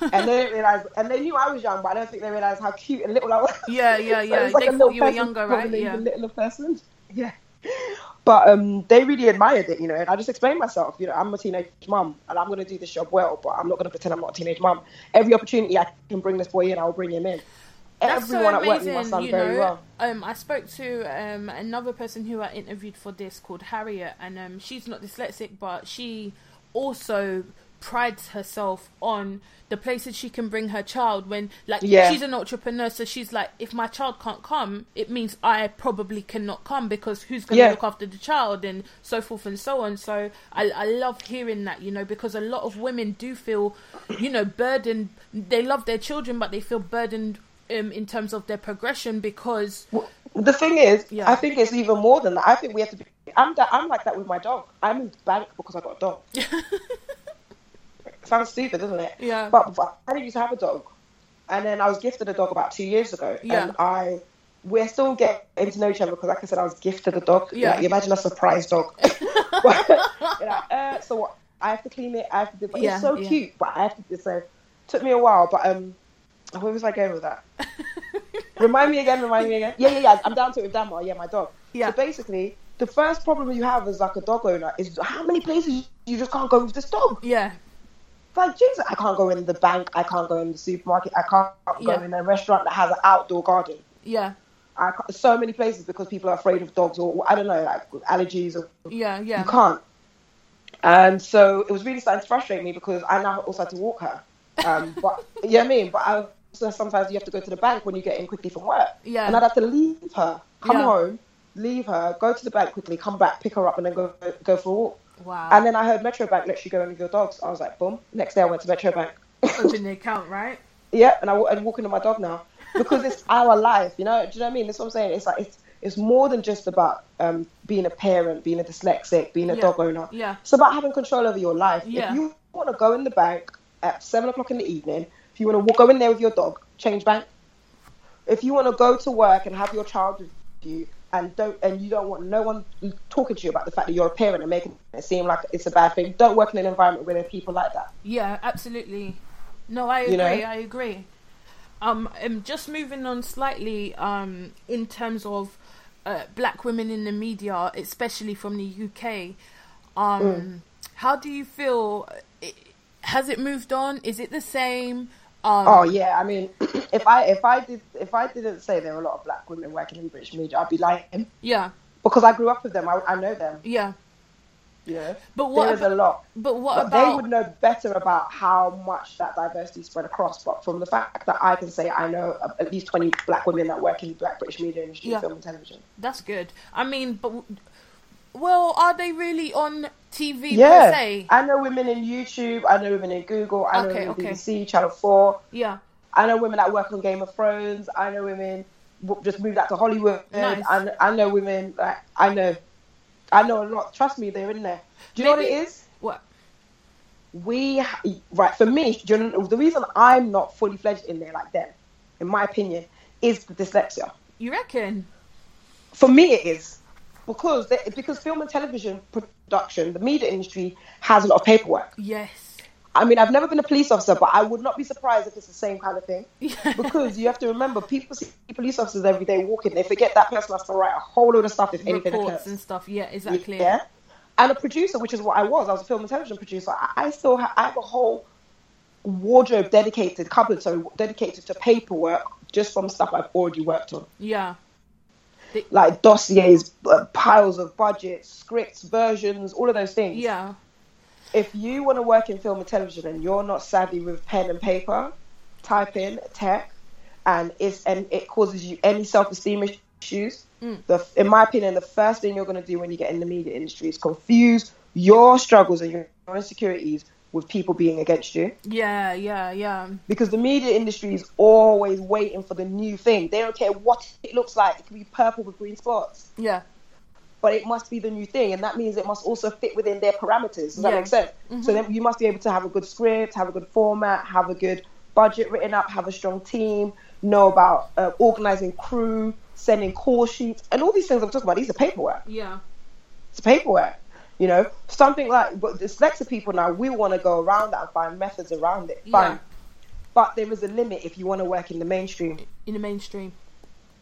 S2: and they didn't realize, and they knew I was young, but I don't think they realized how cute and little I was.
S1: Yeah, yeah,
S2: So
S1: yeah.
S2: it's like
S1: They
S2: a
S1: thought
S2: little
S1: you were
S2: person
S1: younger, right?
S2: probably
S1: Yeah.
S2: A littler person. Yeah. But um, they really admired it, you know. And I just explained myself, you know, I'm a teenage mum and I'm going to do this job well, but I'm not going to pretend I'm not a teenage mum. Every opportunity I can bring this boy in, I'll bring him in.
S1: That's so
S2: Everyone at work knew my
S1: amazing,
S2: son
S1: you
S2: very
S1: know.
S2: well.
S1: Um, I spoke to um, another person who I interviewed for this called Harriet, and um, she's not dyslexic, but she also prides herself on the places she can bring her child when like
S2: Yeah.
S1: she's an entrepreneur so she's like if my child can't come it means i probably cannot come because who's going to
S2: Yeah.
S1: look after the child and so forth and so on so I, I love hearing that you know because a lot of women do feel you know burdened they love their children but they feel burdened um, in terms of their progression because
S2: The thing is,
S1: Yeah.
S2: I think it's even more than that. I think we have to be. I'm, that, I'm like that with my dog. I'm in bank because I got a dog. Sounds stupid, doesn't it?
S1: Yeah.
S2: But, but I didn't used to have a dog. And then I was gifted a dog about two years ago.
S1: Yeah.
S2: And I, we're still getting to know each other because, like I said, I was gifted a dog.
S1: Yeah.
S2: Like, imagine a surprise dog. But, you know, uh, so what? I have to clean it. I have to do. But
S1: Yeah,
S2: it's so
S1: yeah.
S2: cute. But I have to do so. Took me a while, but um, where was I going with that? remind me again. Remind me again. Yeah, yeah, yeah. I'm down to it with Damar. Yeah, my dog.
S1: Yeah.
S2: So basically, the first problem you have as like a dog owner is how many places you just can't go with this dog.
S1: yeah
S2: Like Jesus, I can't go in the bank. I can't go in the supermarket. I can't
S1: Yeah.
S2: go in a restaurant that has an outdoor garden.
S1: yeah
S2: I can't, so many places because people are afraid of dogs or I don't know, like allergies or
S1: yeah
S2: you
S1: yeah
S2: can't. And so it was really starting to frustrate me because I now also had to walk her. Um, but you know what I mean? But I also sometimes you have to go to the bank when you get in quickly from work.
S1: Yeah.
S2: And I'd have to leave her, come
S1: Yeah.
S2: home, leave her, go to the bank quickly, come back, pick her up, and then go go for a walk.
S1: wow
S2: And then I heard Metro Bank lets you go in with your dogs. I was like, boom. Next day I went to Metro Bank.
S1: open the account right
S2: Yeah, and I, wa- I'm walking with my dog now because it's our life, you know. Do you know what I mean? That's what I'm saying. It's like it's it's more than just about um, being a parent, being a dyslexic, being a
S1: Yeah.
S2: dog owner.
S1: Yeah.
S2: It's about having control over your life.
S1: Yeah.
S2: If you want to go in the bank at seven o'clock in the evening, if you want to go in there with your dog, change bank. If you want to go to work and have your child with you. And don't and you don't want no one talking to you about the fact that you're a parent and making it seem like it's a bad thing. Don't work in an environment where there are people like that.
S1: Yeah, absolutely. No, I agree.
S2: You know?
S1: I agree. Um, um, just moving on slightly. Um, in terms of uh, black women in the media, especially from the UK, um,
S2: Mm.
S1: how do you feel? uh, It, has it moved on? Is it the same? Um,
S2: Oh yeah, I mean, if I if I did if I didn't say there were a lot of black women working in British media, I'd be lying
S1: yeah,
S2: because I grew up with them. I, I know them.
S1: yeah.
S2: Yeah,
S1: But what
S2: there is
S1: about-
S2: a lot.
S1: But what
S2: But
S1: about?
S2: they would know better about how much that diversity is spread across. But from the fact that I can say I know a- at least twenty black women that work in black British media industry,
S1: Yeah.
S2: film and television.
S1: That's good. I mean, but w- well, are they really on TV per se?
S2: I know women in YouTube. I know women in Google. I know
S1: Okay,
S2: women in
S1: okay.
S2: BBC, Channel Four.
S1: yeah,
S2: I know women that work on Game of Thrones. I know women w- just moved out to Hollywood.
S1: Nice.
S2: I, kn- I know women. Like, I know, I know a lot. Trust me, they're in there. Do you know what
S1: Maybe-
S2: it is?
S1: what?
S2: We ha- right for me. Do you know, the reason I'm not fully fledged in there like them, in my opinion, is the dyslexia.
S1: You reckon?
S2: For me, it is because they, because film and television production, the media industry has a lot of paperwork.
S1: Yes.
S2: I mean, I've never been a police officer, but I would not be surprised if it's the same kind of thing. because you have to remember, people see police officers every day walking. They forget that person has to write a whole load of stuff if anything
S1: reports and
S2: occurs.
S1: stuff. Yeah, exactly.
S2: Yeah. And a producer, which is what I was. I was a film and television producer. I, I still ha- I have a whole wardrobe dedicated, cupboard, so dedicated to paperwork just from stuff I've already worked on.
S1: Yeah.
S2: Like dossiers, uh, piles of budgets, scripts, versions, all of those things.
S1: Yeah.
S2: if you want to work in film and television and you're not savvy with pen and paper, type in tech, and it's and it causes you any self esteem issues. The, in my opinion, the first thing you're going to do when you get in the media industry is confuse your struggles and your insecurities with people being against you.
S1: Yeah, yeah, yeah.
S2: Because the media industry is always waiting for the new thing. They don't care what it looks like. It could be purple with green spots,
S1: Yeah.
S2: but it must be the new thing, and that means it must also fit within their parameters. Does that
S1: Yeah.
S2: make sense? So then you must be able to have a good script, have a good format, have a good budget written up, have a strong team, know about uh, organizing crew, sending call sheets, and all these things I'm talking about. These are paperwork
S1: Yeah.
S2: it's paperwork. You know, something like but dyslexic people now we want to go around that and find methods around it. Fine,
S1: Yeah.
S2: but there is a limit if you want to work in the mainstream
S1: In the mainstream.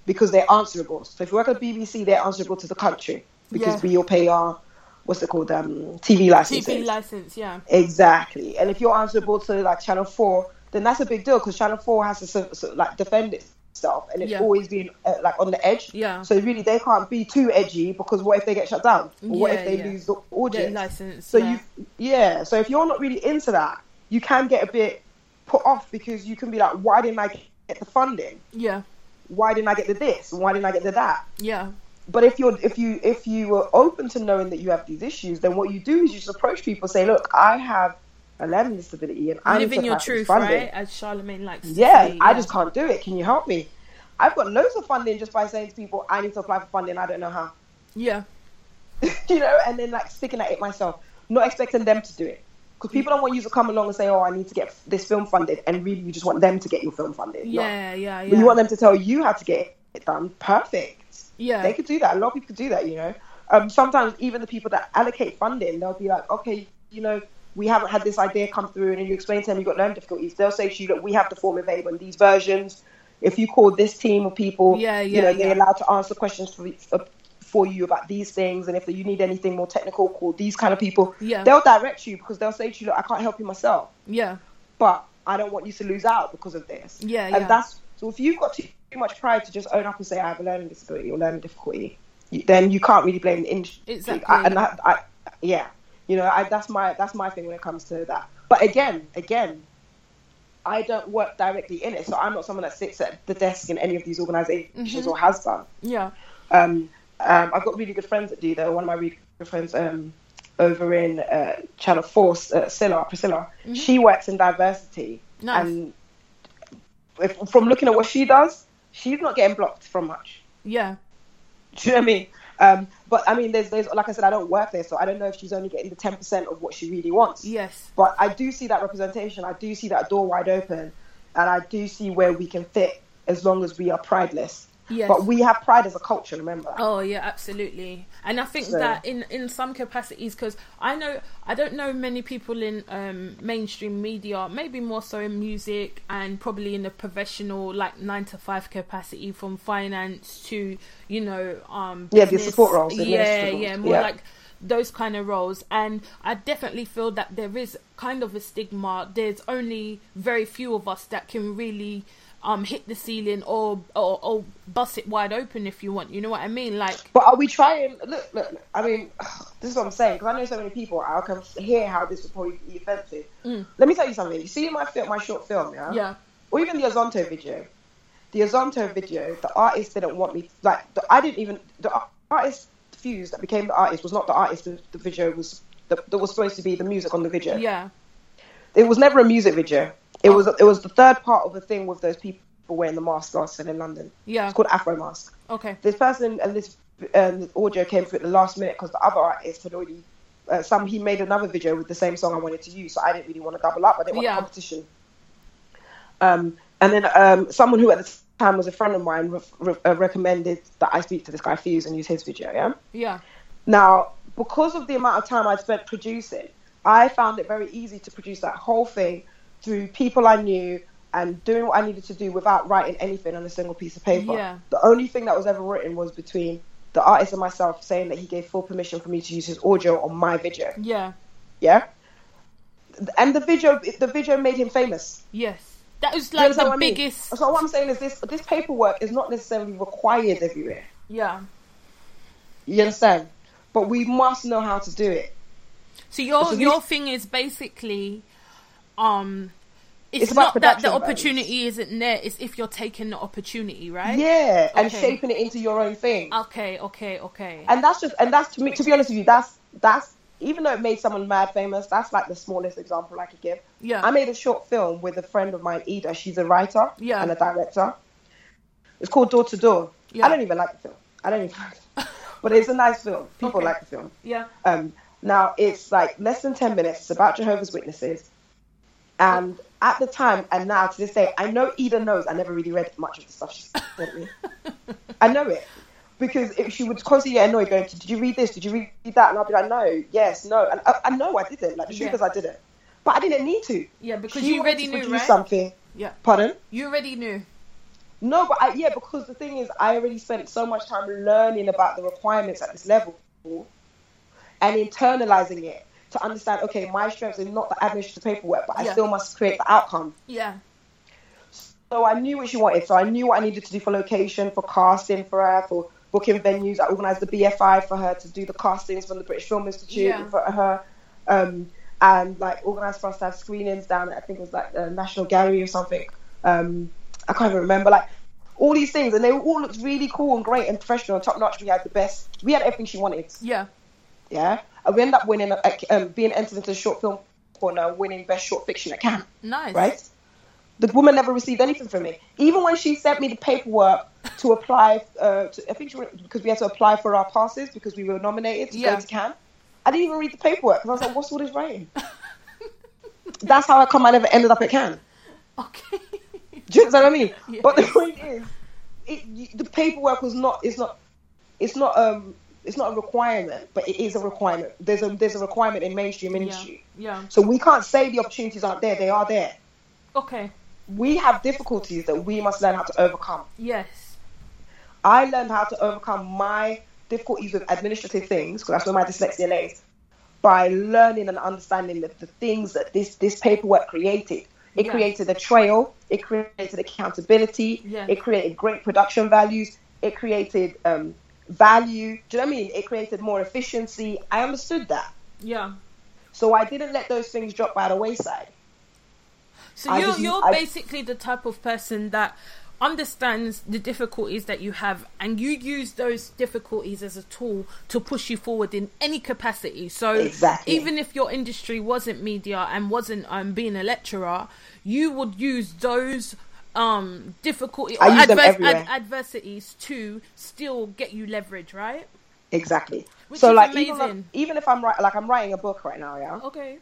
S2: because they're answerable. So if you work at BBC, they're answerable to the country because
S1: Yeah.
S2: we all pay our what's it called um, TV licenses.
S1: TV license, yeah.
S2: Exactly. And if you're answerable to like Channel Four, then that's a big deal because Channel Four has to so, so, like defend itself, and it's
S1: Yeah.
S2: always been uh, like on the edge.
S1: Yeah.
S2: So really, they can't be too edgy because what if they get shut down? Or what
S1: Yeah,
S2: if they
S1: yeah.
S2: lose the
S1: Their
S2: audience?
S1: license.
S2: Oh, So
S1: yeah.
S2: you, yeah. So if you're not really into that, you can get a bit put off because you can be like, why didn't I get the funding?
S1: Yeah.
S2: Why didn't I get the this? Why didn't I get the that?
S1: Yeah.
S2: But if you're if you if you were open to knowing that you have these issues, then what you do is you just approach people, say, look, I have a learning disability, and I need
S1: Living
S2: to
S1: your
S2: apply for
S1: truth,
S2: funding.
S1: right? As Charlemagne likes to
S2: Yeah,
S1: say.
S2: I just can't do it. Can you help me? I've got loads of funding just by saying to people, I need to apply for funding. I don't know how,
S1: Yeah.
S2: you know, and then like sticking at it myself, not expecting them to do it. Because people don't want you to come along and say, oh, I need to get this film funded, and really you just want them to get your film funded. No.
S1: Yeah, yeah,
S2: But
S1: yeah.
S2: you want them to tell you how to get it done. Perfect.
S1: Yeah.
S2: They could do that. A lot of people could do that, you know. Um, sometimes even the people that allocate funding, they'll be like, okay, you know, we haven't had this idea come through, and then you explain to them you've got learning difficulties. They'll say to you, look, we have the form available in these versions. If you call this team of people,
S1: Yeah,
S2: you
S1: yeah,
S2: know, they're
S1: yeah.
S2: allowed to answer questions for, for, for you about these things. And if you need anything more technical, call these kind of people.
S1: Yeah.
S2: They'll direct you because they'll say to you, look, I can't help you myself
S1: yeah.
S2: but I don't want you to lose out because of this.
S1: Yeah,
S2: and
S1: yeah.
S2: that's so. If you've got too much pride to just own up and say I have a learning disability or learning difficulty, you, then you can't really blame the industry.
S1: Exactly.
S2: I, and I, I, yeah, you know, I, that's my that's my thing when it comes to that. But again, again, I don't work directly in it, so I'm not someone that sits at the desk in any of these organizations
S1: Mm-hmm.
S2: or has done.
S1: Yeah.
S2: Um, um, I've got really good friends that do though. One of my really good friends um, over in uh, Channel Four, uh, Scylla, Priscilla. She works in diversity,
S1: Mm-hmm. Nice.
S2: and if, from looking at what she does, she's not getting blocked from much.
S1: Yeah.
S2: Do you know what I mean? Um, but I mean, there's, there's like I said, I don't work there, so I don't know if she's only getting the ten percent of what she really wants.
S1: Yes.
S2: But I do see that representation. I do see that door wide open, and I do see where we can fit as long as we are prideless.
S1: Yes.
S2: But we have pride as a culture. Remember. that.
S1: Oh yeah, absolutely. And I think
S2: So-
S1: that in in some capacities, because I know I don't know many people in um, mainstream media, maybe more so in music and probably in the professional like nine to five capacity, from finance to you know um
S2: Yeah, the support roles, the
S1: yeah,
S2: administrative
S1: yeah,
S2: roles,
S1: more
S2: yeah.
S1: like those kind of roles and i definitely feel that there is kind of a stigma there's only very few of us that can really um hit the ceiling or or, or bust it wide open if you want you know what i mean like
S2: But are we trying? Look, look. look, I mean, this is what I'm saying because I know so many people. I can hear how this would probably be offensive. Let me tell you something. You see my film, my short film, yeah,
S1: Mm. yeah
S2: or even the Azonto video. The Azonto video, the artist didn't want me. Like, the, I didn't even. The ar- artist fuse that became the artist was not the artist. The, the video was the, that was supposed to be the music on the video.
S1: yeah
S2: It was never a music video. It was it was the third part of the thing with those people wearing the mask last in London.
S1: Yeah.
S2: it's called Afro Mask
S1: okay
S2: this person and this um, this audio came through at the last minute because the other artist had already uh, some he made another video with the same song I wanted to use, so I didn't really want to double up. I didn't want
S1: Yeah.
S2: a competition. Um, and then um, someone who at the time was a friend of mine re- re- uh, recommended that I speak to this guy Fuse and use his video. Yeah.
S1: yeah
S2: Now, because of the amount of time I'd spent producing, I found it very easy to produce that whole thing through people I knew and doing what I needed to do without writing anything on a single piece of paper.
S1: Yeah.
S2: The only thing that was ever written was between the artist and myself saying that he gave full permission for me to use his audio on my video.
S1: yeah
S2: Yeah? And the video the video made him famous.
S1: yes that was
S2: Do you
S1: like
S2: understand
S1: the
S2: what I mean?
S1: biggest
S2: So what I'm saying is this this paperwork is not necessarily required everywhere.
S1: yeah
S2: You understand? But we must know how to do it.
S1: So your
S2: So these-
S1: your thing is basically, um, it's,
S2: it's about
S1: not that the
S2: production values.
S1: opportunity isn't there. It's if you're taking the opportunity, right?
S2: Yeah, and
S1: Okay. Oh.
S2: shaping it into your own thing.
S1: Okay, okay, okay.
S2: and that's just and that's to me to be honest with you that's that's even though it made someone mad famous that's like the smallest example i could give
S1: Yeah.
S2: i made a short film with a friend of mine ida she's a writer
S1: Yeah.
S2: and a director it's called door to door
S1: Yeah.
S2: i don't even like the film i don't even like it but it's a nice film people
S1: Okay.
S2: like the film
S1: yeah.
S2: um, now it's like less than 10 minutes it's about jehovah's witnesses and at the time and now to this day i know ida knows i never really read much of the stuff she sent me i know it because if she would constantly get annoyed going did you read this did you read that and i'll be like no yes no and i, I know i didn't like the truth
S1: Yeah.
S2: is i didn't but i didn't need to
S1: Yeah, because
S2: She
S1: you
S2: wanted
S1: already
S2: to
S1: knew,
S2: produce
S1: right?
S2: something
S1: Yeah.
S2: pardon
S1: You already knew.
S2: no, but I, yeah, because the thing is, I already spent so much time learning about the requirements at this level and internalizing it to understand. Okay, my strengths are not the administrative paperwork, but I
S1: Yeah.
S2: still must create the outcome.
S1: Yeah.
S2: So I knew what she wanted. So I knew what I needed to do for location, for casting for her, for booking venues. I organized the BFI for her to do the castings from the British Film Institute
S1: Yeah.
S2: for her, um, and like organized for us to have screenings down at I think it was like the National Gallery or something. Um, I can't even remember. Like all these things, and they all looked really cool and great and professional and top notch. We had the best. We had everything she wanted.
S1: Yeah.
S2: Yeah, and we ended up winning, like, um, being entered into the short film corner, winning best short fiction at Cannes
S1: Nice.
S2: right? The woman never received anything from me. Even when she sent me the paperwork to apply, uh, to, I think she, went- because we had to apply for our passes because we were nominated to
S1: Yeah.
S2: go to Cannes. I didn't even read the paperwork because I was like, what's all this writing? That's how I come I never ended up at Cannes.
S1: Okay.
S2: Do you know what I mean?
S1: Yes.
S2: But the point is, it, you- the paperwork was not. It's not. It's not. Um. It's not a requirement, but it is a requirement. There's a there's a requirement in mainstream
S1: yeah.
S2: industry.
S1: Yeah.
S2: So we can't say the opportunities aren't there. They are there
S1: Okay.
S2: we have difficulties that we must learn how to overcome.
S1: Yes.
S2: I learned how to overcome my difficulties with administrative things, because that's where my dyslexia lays, by learning and understanding the, the things that this, this paperwork created. It
S1: Yeah.
S2: created a trail, it created accountability,
S1: Yeah.
S2: it created great production values, it created um, value. Do you know what I mean? It created more efficiency. I understood that.
S1: Yeah.
S2: So I didn't let those things drop by the wayside.
S1: So
S2: I
S1: you're
S2: just-
S1: you're
S2: I-
S1: basically the type of person that understands the difficulties that you have and you use those difficulties as a tool to push you forward in any capacity so
S2: Exactly.
S1: even if your industry wasn't media and wasn't um, being a lecturer you would use those um difficulty
S2: I use them
S1: advers-
S2: everywhere.
S1: adversities to still get you leverage right
S2: Exactly.
S1: Which
S2: so
S1: is
S2: like
S1: amazing.
S2: even even if I'm writing like I'm writing a book right now, yeah.
S1: okay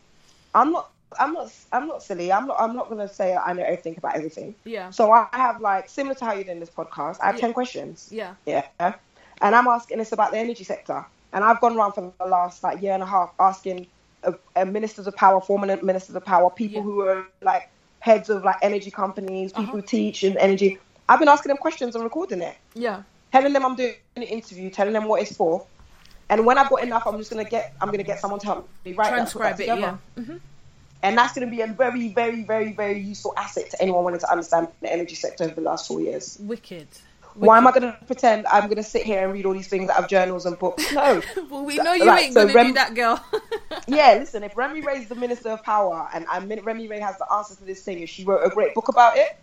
S2: I'm not. I'm not. I'm not silly. I'm not. I'm not gonna say I know everything about everything.
S1: yeah
S2: So I I have like similar to how you're doing this podcast. I have
S1: Yeah.
S2: ten questions.
S1: yeah
S2: Yeah. And I'm asking this about the energy sector, and I've gone around for the last like year and a half asking uh, uh, ministers of power, former ministers of power, people
S1: Yeah.
S2: who are like heads of like energy companies, people
S1: Uh-huh.
S2: who teach in energy. I've been asking them questions and recording it
S1: yeah
S2: telling them I'm doing an interview, telling them what it's for, and when I've got enough, I'm just gonna get I'm gonna get someone to help me write that, put
S1: transcribe
S2: that
S1: it
S2: together.
S1: yeah
S2: and that's gonna be a very, very, very, very useful asset to anyone wanting to understand the energy sector over the last four years.
S1: wicked
S2: Why am I gonna pretend I'm gonna sit here and read all these things out of journals and books? No,
S1: well we know you
S2: Right,
S1: ain't
S2: so
S1: gonna do
S2: Rem-
S1: that girl
S2: yeah, listen, if Remy Ray's the minister of power and I mean, Remy Ray has the answer to this thing, and she wrote a great book about it,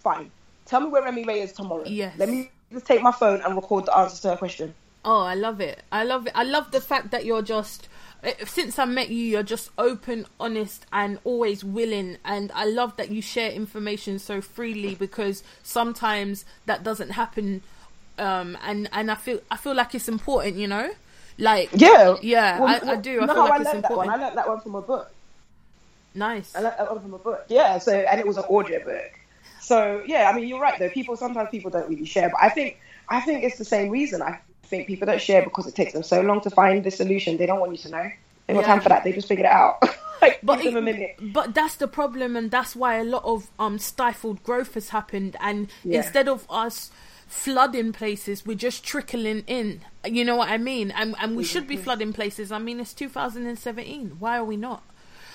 S2: fine. Tell me where Remy Ray is tomorrow.
S1: Yes.
S2: Let me just take my phone and record the answers to her question.
S1: Oh, I love it. I love it. I love the fact that you're just eh, since I met you, you're just open, honest, and always willing. And I love that you share information so freely because sometimes that doesn't happen. Um, and and I feel I feel like it's important, you know, like
S2: Yeah,
S1: yeah,
S2: Well,
S1: I, I
S2: well,
S1: do. I
S2: no,
S1: feel like
S2: I
S1: it's
S2: learned that one.
S1: important.
S2: I learned that one from a book.
S1: Nice.
S2: I learned that one from a book. Yeah. So and it was an audio book. So yeah, I mean you're right though. People sometimes people don't really share, but I think I think it's the same reason. I think people don't share because it takes them so long to find the solution. They don't want you to know. They got
S1: Yeah.
S2: time for that. They just figured it out. like
S1: but
S2: give them a
S1: it-
S2: minute.
S1: but that's the problem, and that's why a lot of um stifled growth has happened. And
S2: Yeah.
S1: instead of us flooding places, we're just trickling in. You know what I mean? And and we should
S2: Mm-hmm.
S1: be flooding places. I mean, it's 2017. Why are we not?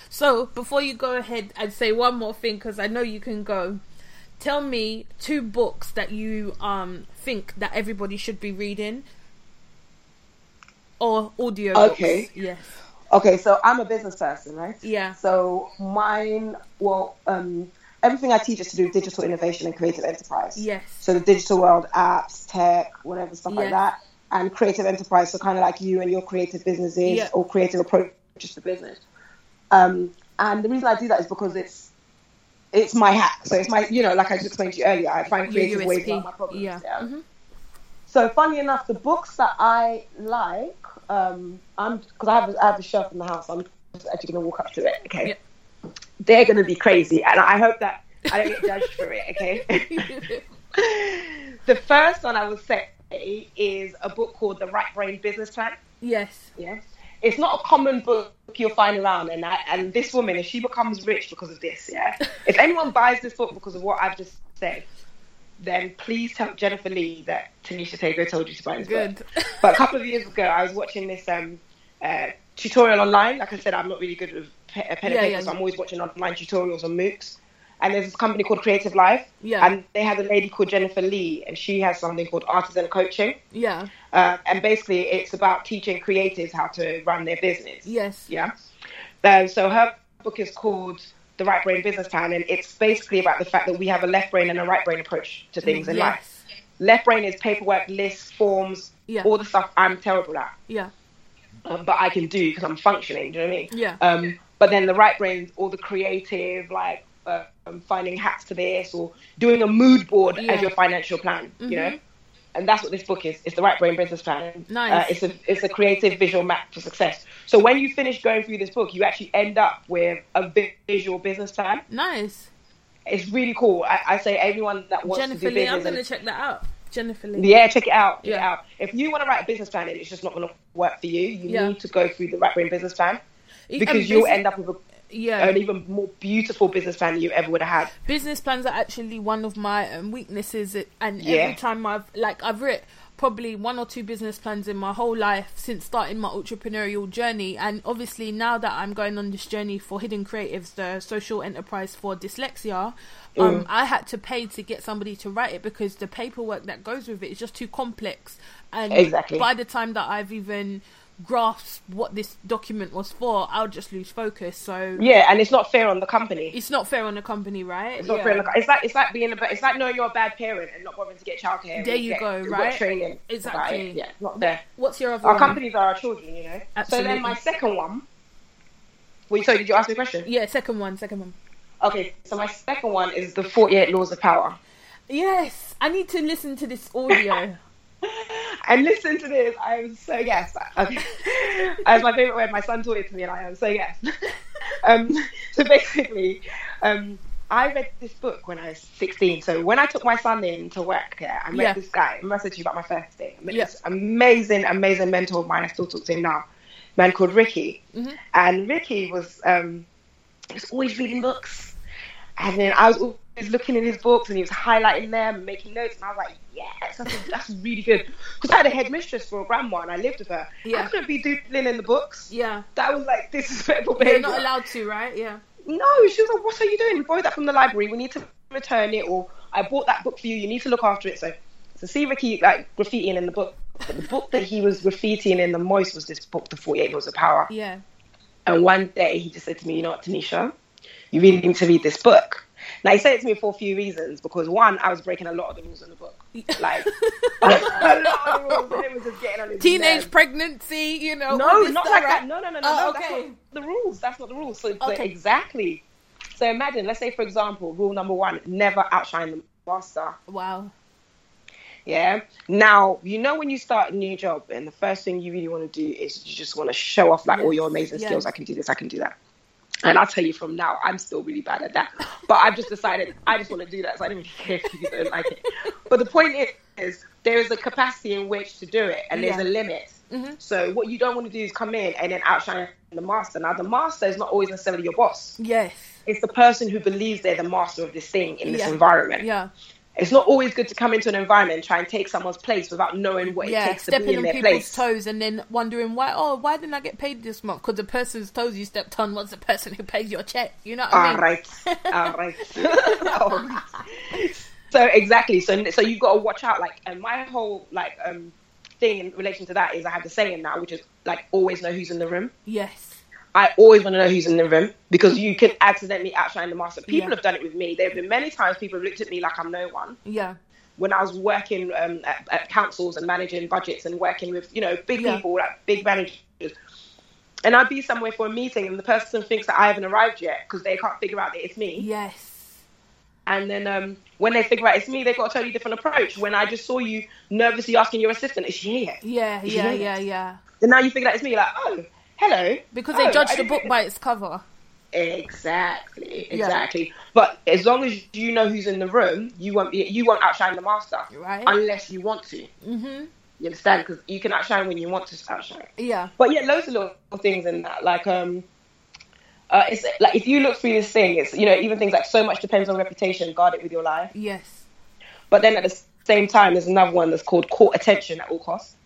S1: So before you go ahead, I'd say one more thing because I know you can go. Tell me two books that you um think that everybody should be reading, or audio.
S2: Okay.
S1: Yes.
S2: Okay, so I'm a business person, right?
S1: Yeah.
S2: So mine, well, um, everything I teach is to do with digital innovation and creative enterprise.
S1: Yes.
S2: So the digital world, apps, tech, whatever stuff
S1: Yes.
S2: like that, and creative enterprise. So kind of like you and your creative businesses
S1: Yeah.
S2: or creative approaches to business. Um, and the reason I do that is because it's it's my hack. So it's my you know like I just explained to you earlier. I find
S1: Your
S2: creative ways around my
S1: USP.
S2: problems.
S1: Yeah. Mhm.
S2: So funny enough, the books that I like, um, I'm because I have a- I have a shelf in the house. I'm just actually going to walk up to it. Okay.
S1: Yeah.
S2: They're going to be crazy, and I hope that I don't get judged for it. Okay.
S1: Mm-hmm.
S2: the first one I would say is a book called The Right Brain Business Plan.
S1: yes.
S2: Yeah. It's not a common book you'll find around, and I, and this woman, if she becomes rich because of this, yeah. if anyone buys this book because of what I've just said, then please tell Jennifer Lee that Tanisha Tego told you to buy this book.
S1: Good.
S2: But a couple of years ago, I was watching this um, uh, tutorial online. Like I said, I'm not really good with pe- uh, pen and
S1: Yeah,
S2: paper,
S1: yeah.
S2: so I'm always watching online tutorials on MOOCs. And there's this company called Creative Life,
S1: Yeah.
S2: and they had a lady called Jennifer Lee, and she has something called Artisan Coaching.
S1: yeah.
S2: Uh, and basically, it's about teaching creatives how to run their business.
S1: Yes.
S2: Yeah. Um, so her book is called The Right Brain Business Plan, and it's basically about the fact that we have a left brain and a right brain approach to things in life.
S1: yes.
S2: Left brain is paperwork, lists, forms,
S1: Yeah.
S2: all the stuff I'm terrible at,
S1: Yeah.
S2: um, but I can do because I'm functioning. Do you know what I mean?
S1: Yeah.
S2: Um, but then the right brain, is all the creative, like uh, um, finding hacks to this or doing a mood board
S1: Yeah. Mm-hmm.
S2: as your financial plan. You know. And that's what this book is. It's the right brain business plan.
S1: Nice.
S2: Uh, it's a it's a creative visual map for success. So when you finish going through this book, you actually end up with a vi- visual business plan.
S1: Nice.
S2: It's really cool. I, I say everyone that wants to
S1: Jennifer
S2: do
S1: Lee. I'm
S2: business,
S1: going to
S2: and-
S1: check that out. Jennifer Lee.
S2: yeah, check it out. Check it
S1: Yeah.
S2: out. If you want to write a business plan and it's just not going to work for you, you
S1: Yeah.
S2: need to go through the right brain business plan
S1: Yeah.
S2: because you'll end up with a
S1: Yeah.
S2: an even more beautiful business plan than you ever would have had.
S1: business plans are actually one of my um, weaknesses it- and
S2: Yeah.
S1: every time i've like i've written probably one or two business plans in my whole life since starting my entrepreneurial journey and obviously now that i'm going on this journey for hidden creatives the social enterprise for dyslexia
S2: Mm.
S1: um, i had to pay to get somebody to write it because the paperwork that goes with it is just too complex and
S2: Exactly.
S1: by the time that i've even grasped what this document was for i'll just lose focus so
S2: Yeah, and it's not fair on the company.
S1: it's not fair on the company right
S2: It's not fair. On the, co- it's like it's like being a ba- it's like knowing you're a bad parent and not bothering to get childcare. and
S1: There you
S2: get-
S1: go,
S2: get
S1: right?
S2: Training about it.
S1: Exactly.
S2: Yeah, it's not fair.
S1: What's your other
S2: Our
S1: one?
S2: companies are our children, you know. So then my
S1: Absolutely.
S2: second one. Wait, sorry, did you ask me a question?
S1: Yeah, second one, second one.
S2: Okay, so my second one is the 48 Laws of Power.
S1: Yes, I need to listen to this audio.
S2: And listen to this. I am so yes. Okay. That's my favorite word. My son taught it to me, and I am so yes. um, so basically, um, I read this book when I was 16. So when I took my son in to work, yeah, I met
S1: Yeah.
S2: this guy. I messaged you about my first day. I met
S1: Yeah.
S2: this amazing, amazing mentor of mine. I still talk to him now. Man called Ricky,
S1: Mhm.
S2: and Ricky was um, he was always reading books. And then I was always looking in his books and he was highlighting them and making notes. And I was like, yes, that's, that's really good. Because I had a headmistress for a grandma and I lived with her.
S1: Yeah.
S2: I couldn't be doodling in the books.
S1: yeah,
S2: That was like disrespectful
S1: you're
S2: behavior.
S1: not allowed to, right? Yeah,
S2: No, she was like, what are you doing? You borrowed that from the library. We need to return it. Or I bought that book for you. You need to look after it. So, so see Ricky like graffitiing in the book. But the book that he was graffitiing in the most was this book, The 48 Laws of Power.
S1: yeah,
S2: And one day he just said to me, You know what, Tanisha, you really need to read this book. Now he said it to me for a few reasons because one, I was breaking a lot of the rules in the book. Like, a lot of the rules, and it was just getting on his
S1: teenage
S2: nerves.
S1: pregnancy, you know. all
S2: No,
S1: this
S2: not
S1: stuff,
S2: like
S1: right?
S2: that. No, no, no, no.
S1: Oh,
S2: no
S1: okay.
S2: That's not the rules. That's not the rules. So, so
S1: Okay.
S2: exactly. So imagine, let's say, for example, rule number one never outshine the master.
S1: Wow.
S2: Yeah. Now, you know, when you start a new job, and the first thing you really want to do is you just want to show off like all your
S1: Yes,
S2: amazing
S1: yes.
S2: skills. I can do this, I can do that. And I'll tell you from now, I'm still really bad at that. But I've just decided I just want to do that. So I don't really care if you don't like it. But the point is, there is a capacity in which to do it, and there's
S1: Yeah.
S2: a limit.
S1: Mhm.
S2: So what you don't want to do is come in and then outshine the master. Now, the master is not always necessarily your boss.
S1: Yes.
S2: It's the person who believes they're the master of this thing in this
S1: Yeah.
S2: environment
S1: Yeah.
S2: it's not always good to come into an environment and try and take someone's place without knowing what it
S1: Yeah.
S2: takes to be
S1: Stepping
S2: in
S1: on
S2: their
S1: people's
S2: place.
S1: toes and then wondering why. Oh, why didn't I get paid this month? Because the person's toes you stepped on was the person who paid your check. You know what I
S2: all
S1: mean?
S2: right, all right, all right. So exactly. So so you've got to watch out. Like, and my whole like um thing in relation to that is I have the saying now, which is like always know who's in the room.
S1: Yes.
S2: I always want to know who's in the room because you can accidentally outshine the master. People
S1: Yeah.
S2: have done it with me. There have been many times people have looked at me like I'm no one.
S1: Yeah.
S2: When I was working um, at, at councils and managing budgets and working with, you know, big
S1: Yeah.
S2: people, like big managers, and I'd be somewhere for a meeting and the person thinks that I haven't arrived yet because they can't figure out that it's me.
S1: Yes.
S2: And then um, when they figure out it's me, they've got a totally different approach. When I just saw you nervously asking your assistant, is she here?
S1: Yeah.
S2: Is
S1: Yeah.
S2: it?
S1: Yeah. Yeah.
S2: Then now you figure out it's me, like, oh, hello.
S1: Because
S2: Oh,
S1: they
S2: I
S1: judge the
S2: didn't
S1: book
S2: think-
S1: by its cover.
S2: Exactly,
S1: Yeah.
S2: exactly. But as long as you know who's in the room, you won't be, you won't outshine the master,
S1: Right.
S2: Unless you want to,
S1: Mhm.
S2: you understand? Because you can outshine when you want to outshine.
S1: Yeah.
S2: But yeah, loads of little things in that, like um. Uh, it's like if you look through this thing, it's you know even things like so much depends on reputation. Guard it with your life.
S1: Yes.
S2: But then at the same time, there's another one that's called court attention at all costs.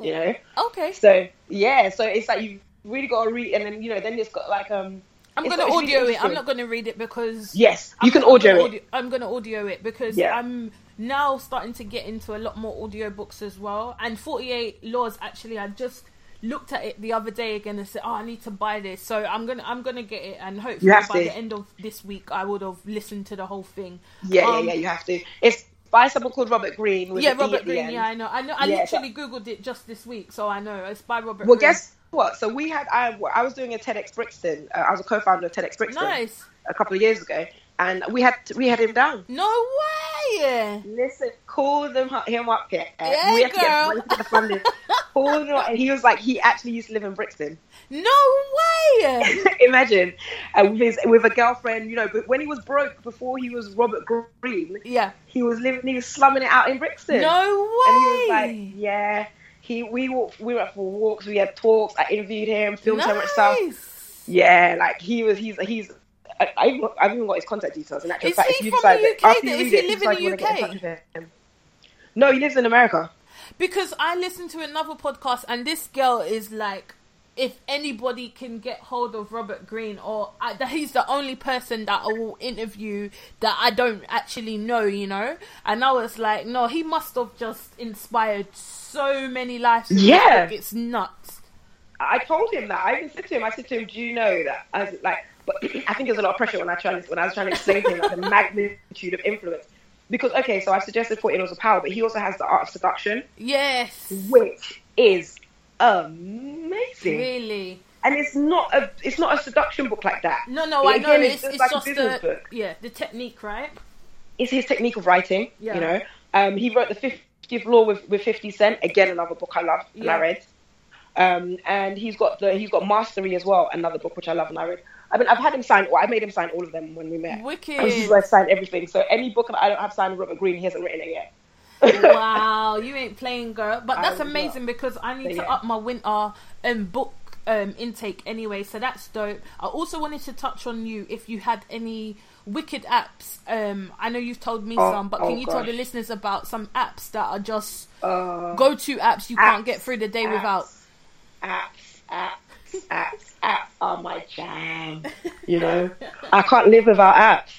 S2: You know,
S1: Okay.
S2: so yeah, so it's like you really got to read, and then you know, then it's got like um.
S1: I'm
S2: it's
S1: gonna
S2: got- it's really
S1: audio it. I'm
S2: interesting.
S1: not gonna read it because
S2: Yes,
S1: I'm
S2: you can
S1: gonna- I'm
S2: audio
S1: gonna
S2: it.
S1: I'm gonna audio it because
S2: Yeah.
S1: I'm now starting to get into a lot more audio books as well. And 48 Laws actually, I just looked at it the other day again and said, "Oh, I need to buy this." So I'm gonna I'm gonna get it, and hopefully
S2: have
S1: by
S2: to.
S1: the end of this week, I would have listened to the whole thing.
S2: Yeah,
S1: Um,
S2: yeah, yeah. You have to. It's by someone called Robert Greene. With
S1: yeah,
S2: a D
S1: Robert
S2: at the
S1: Greene.
S2: end.
S1: Yeah, I know. I know. I
S2: Yeah,
S1: literally googled it just this week, so I know it's by Robert.
S2: Well,
S1: Greene.
S2: guess what? So we had. I I was doing a TEDx Brixton. Uh, I was a co-founder of TEDx Brixton
S1: nice.
S2: a couple of years ago, and we had we had him down.
S1: No way.
S2: Listen, call them him up here. Uh,
S1: Yeah,
S2: we have to get,
S1: girl.
S2: we have to get the funding. call them up. And he was like, he actually used to live in Brixton.
S1: No way.
S2: Imagine uh, with his with a girlfriend. You know, but when he was broke before he was Robert Greene,
S1: Yeah.
S2: he was living. He was slumming it out in Brixton.
S1: No way.
S2: And he was like, yeah. He, we walked, we went for walks, we had talks. I interviewed him, filmed so much stuff.
S1: Nice.
S2: Yeah, like he was, he's, he's. I, I've, even, I've even got his contact details. And
S1: Is he from the UK then? Is he live in the UK?
S2: No, he lives in America.
S1: Because I listened to another podcast and this girl is like, if anybody can get hold of Robert Greene, or I, that he's the only person that I will interview that I don't actually know, you know. And I was like, no, he must have just inspired so many lives.
S2: Yeah.
S1: Like, it's nuts.
S2: I told him that. I even said to him, I said to him, do you know that? I was like, but I think there's a lot of pressure when I try when I was trying to explain to him like, the magnitude of influence. Because okay, so I suggested 14 Laws of Power, but he also has the Art of Seduction,
S1: Yes.
S2: which is amazing.
S1: Really?
S2: and it's not a it's not a seduction book like that.
S1: No, no,
S2: It-
S1: I know.
S2: again,
S1: It's, it's
S2: like
S1: just
S2: a business
S1: the,
S2: book.
S1: yeah, the technique, right?
S2: It's his technique of writing.
S1: Yeah.
S2: You know, um, he wrote the Fiftieth Law with, with Fifty Cent. Again, another book I love and
S1: Yeah.
S2: I read. Um, and he's got the he's got Mastery as well, another book which I love and I read. I mean, I've had him sign. Well, I made him sign all of them when we met.
S1: Wicked.
S2: I was just like sign everything. So any book that I don't have signed with Robert Greene, he hasn't written it yet.
S1: wow, you ain't playing, girl. But
S2: I
S1: that's
S2: will
S1: amazing because I need
S2: So,
S1: to
S2: yeah.
S1: up my winter um, book um, intake anyway. So that's dope. I also wanted to touch on you if you had any wicked apps. Um, I know you've told me
S2: Oh,
S1: some, but
S2: oh
S1: can you tell the
S2: gosh.
S1: listeners about some apps that are just
S2: Uh,
S1: go-to apps you can't
S2: apps,
S1: get through the day
S2: apps,
S1: without?
S2: apps, apps, apps, apps are my jam. You know, I can't live without apps.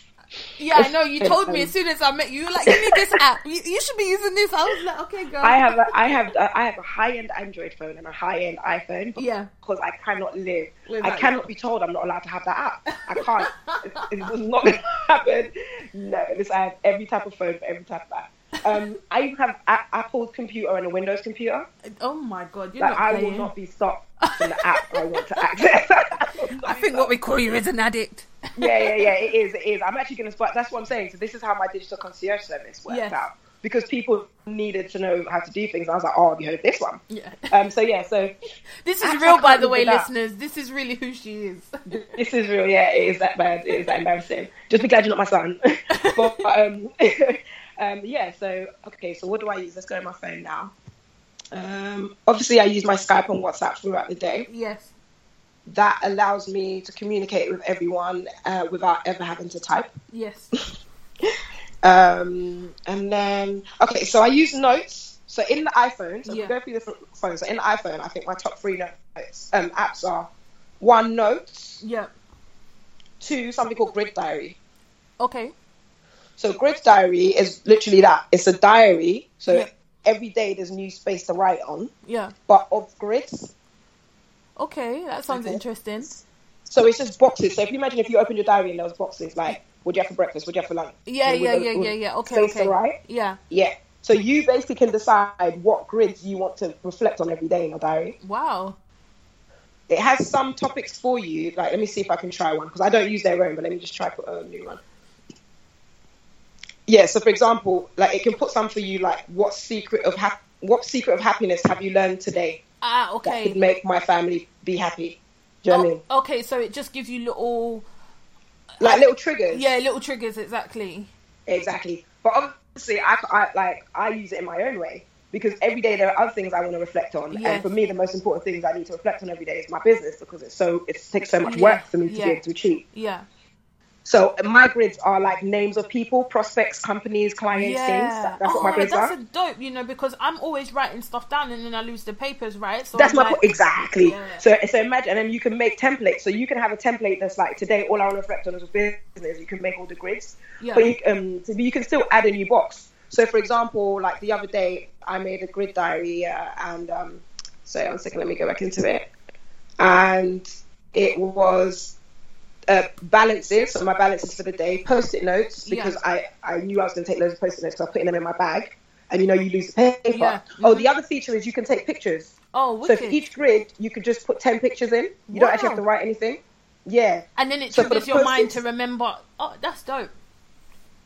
S1: Yeah, I know. You
S2: it's,
S1: told me
S2: um,
S1: as soon as I met you, you were like, give me this app. You, you should be using this. I was like, okay, girl.
S2: I have a, I have a, I have a high end Android phone and a high end iPhone because
S1: Yeah.
S2: I cannot live.
S1: Without
S2: I cannot be told I'm not allowed to have that app. I can't. it's just not going to happen. No, this I have every type of phone for every type of app. Um, I even have a- Apple's computer and a Windows computer.
S1: Oh my god, you're
S2: Like
S1: not
S2: I
S1: playing.
S2: will not be stopped from the app I want to access.
S1: I think what we call you is an addict.
S2: yeah, yeah, yeah. It is. It is. I'm actually going to spot. That's what I'm saying. So this is how my digital concierge service worked
S1: Yes.
S2: out because people needed to know how to do things. I was like, oh, have you heard of this one?
S1: Yeah.
S2: Um, so yeah, so
S1: This
S2: I-
S1: is
S2: I
S1: real, by
S2: can't
S1: the way,
S2: live without.
S1: listeners. This is really who she is.
S2: this is real. Yeah, it is that bad. It is that embarrassing. Just be glad you're not my son. but um, um, yeah. So okay. So what do I use? Let's go to my phone now. Um, obviously, I use my Skype and WhatsApp throughout the day.
S1: yes.
S2: That allows me to communicate with everyone uh, without ever having to type.
S1: Yes.
S2: Um, and then okay, so I use notes. So in the iPhone, so if
S1: Yeah.
S2: we go through different phones. So in the iPhone, I think my top three notes um, apps are one notes,
S1: Yeah.
S2: two something called Grid Diary.
S1: Okay.
S2: So grid diary is literally that. It's a diary. So
S1: Yeah.
S2: every day there's new space to write on,
S1: Yeah.
S2: but of grids.
S1: Okay, that sounds
S2: Okay.
S1: interesting.
S2: So it's just boxes. So if you imagine if you opened your diary and there was boxes like, what do you have for breakfast? What do you have for lunch?
S1: Yeah,
S2: Would-
S1: yeah,
S2: would-
S1: yeah,
S2: would-
S1: yeah, yeah. Okay,
S2: space
S1: okay.
S2: to write.
S1: Yeah.
S2: Yeah. So you basically can decide what grids you want to reflect on every day in your diary.
S1: Wow.
S2: It has some topics for you. Like, let me see if I can try one because I don't use their own, but let me just try put a new one. Yeah. So for example, like it can put some for you, like what secret of hap- what secret of happiness have you learned today
S1: Ah,
S2: that
S1: okay.
S2: could make my family be happy? Do you know what I mean?
S1: Oh, okay, so it just gives you little,
S2: Like little triggers.
S1: yeah, little triggers. Exactly.
S2: Exactly. But obviously, I, I like I use it in my own way because every day there are other things I want to reflect on,
S1: Yes.
S2: and for me, the most important things I need to reflect on every day is my business because it's so it takes so much work
S1: Yeah,
S2: for me to
S1: yeah.
S2: be able to achieve.
S1: Yeah.
S2: So my grids are like names of people, prospects, companies, clients, things. That- That's
S1: oh,
S2: what my grids
S1: that's
S2: are.
S1: a dope, you know, because I'm always writing stuff down and then I lose the papers, right? So
S2: that's
S1: I'm
S2: my
S1: like-
S2: point. Exactly.
S1: Yeah.
S2: So, so imagine, and then you can make templates. So you can have a template that's like today, all I want to reflect on is business. You can make all the grids,
S1: Yeah.
S2: but you, um, so you can still add a new box. So, for example, like the other day, I made a grid diary, uh, and um, so one second, let me go back into it, and it was uh, balances. So my balances for the day, post-it notes because I I knew I was going to take loads of post-it notes, so I was putting them in my bag. And you know you lose the paper.
S1: Yeah. Mm-hmm.
S2: Oh, the other feature is you can take pictures.
S1: Oh,
S2: So
S1: wicked.
S2: for each grid, you could just put 10 pictures in. You
S1: Wow.
S2: don't actually have to write anything. Yeah,
S1: and then it
S2: so for the
S1: triggers your mind to
S2: post-its-
S1: remember. Oh, that's dope.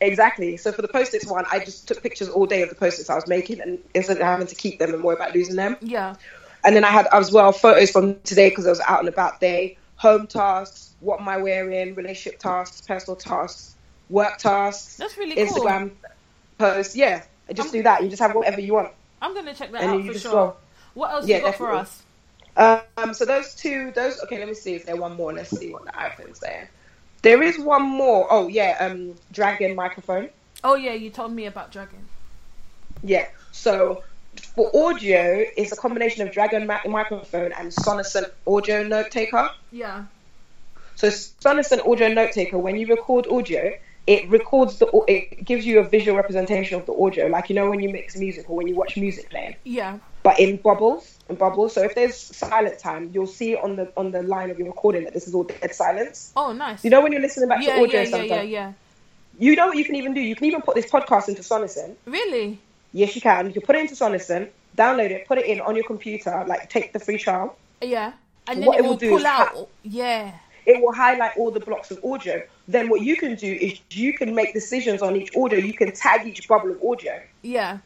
S2: exactly. So for the post-its one, I just took pictures all day of the post-its I was making and instead of having to keep them and worry about losing them.
S1: Yeah.
S2: And then I had as well photos from today because I was out and about day, home tasks, what am I wearing, relationship tasks, personal tasks, work tasks,
S1: That's really cool.
S2: Instagram posts. Yeah, I just do that. You just have whatever you want.
S1: I'm going to check that
S2: And
S1: out
S2: you
S1: for
S2: just
S1: sure.
S2: go.
S1: What else
S2: Yeah,
S1: you got for
S2: definitely.
S1: us?
S2: Um, so those two, those okay. Let me see. Is there one more? Let's see what the iPhone's there. There is one more. Oh yeah, um, Dragon microphone.
S1: Oh, yeah, you told me about Dragon.
S2: Yeah. So for audio, it's a combination of Dragon mi- microphone and Sonicent audio note taker.
S1: Yeah.
S2: So Sonicent audio note taker. When you record audio, it records the. au- It gives you a visual representation of the audio, like you know when you mix music or when you watch music playing.
S1: Yeah.
S2: but in bubbles in bubbles so if there's silent time you'll see on the on the line of your recording that this is all dead silence
S1: Oh, nice.
S2: you know when you're listening back
S1: yeah,
S2: to audio
S1: yeah, yeah,
S2: sometimes
S1: yeah, yeah.
S2: you know what you can even do you can even put this podcast into sonison
S1: Really?
S2: yes you can you can put it into sonison download it put it in on your computer like take the free trial
S1: Yeah. And then
S2: What
S1: it
S2: it
S1: will
S2: will do
S1: pull
S2: is
S1: out.
S2: ha-
S1: yeah.
S2: it will highlight all the blocks of audio then what you can do is you can make decisions on each audio you can tag each bubble of audio
S1: Yeah.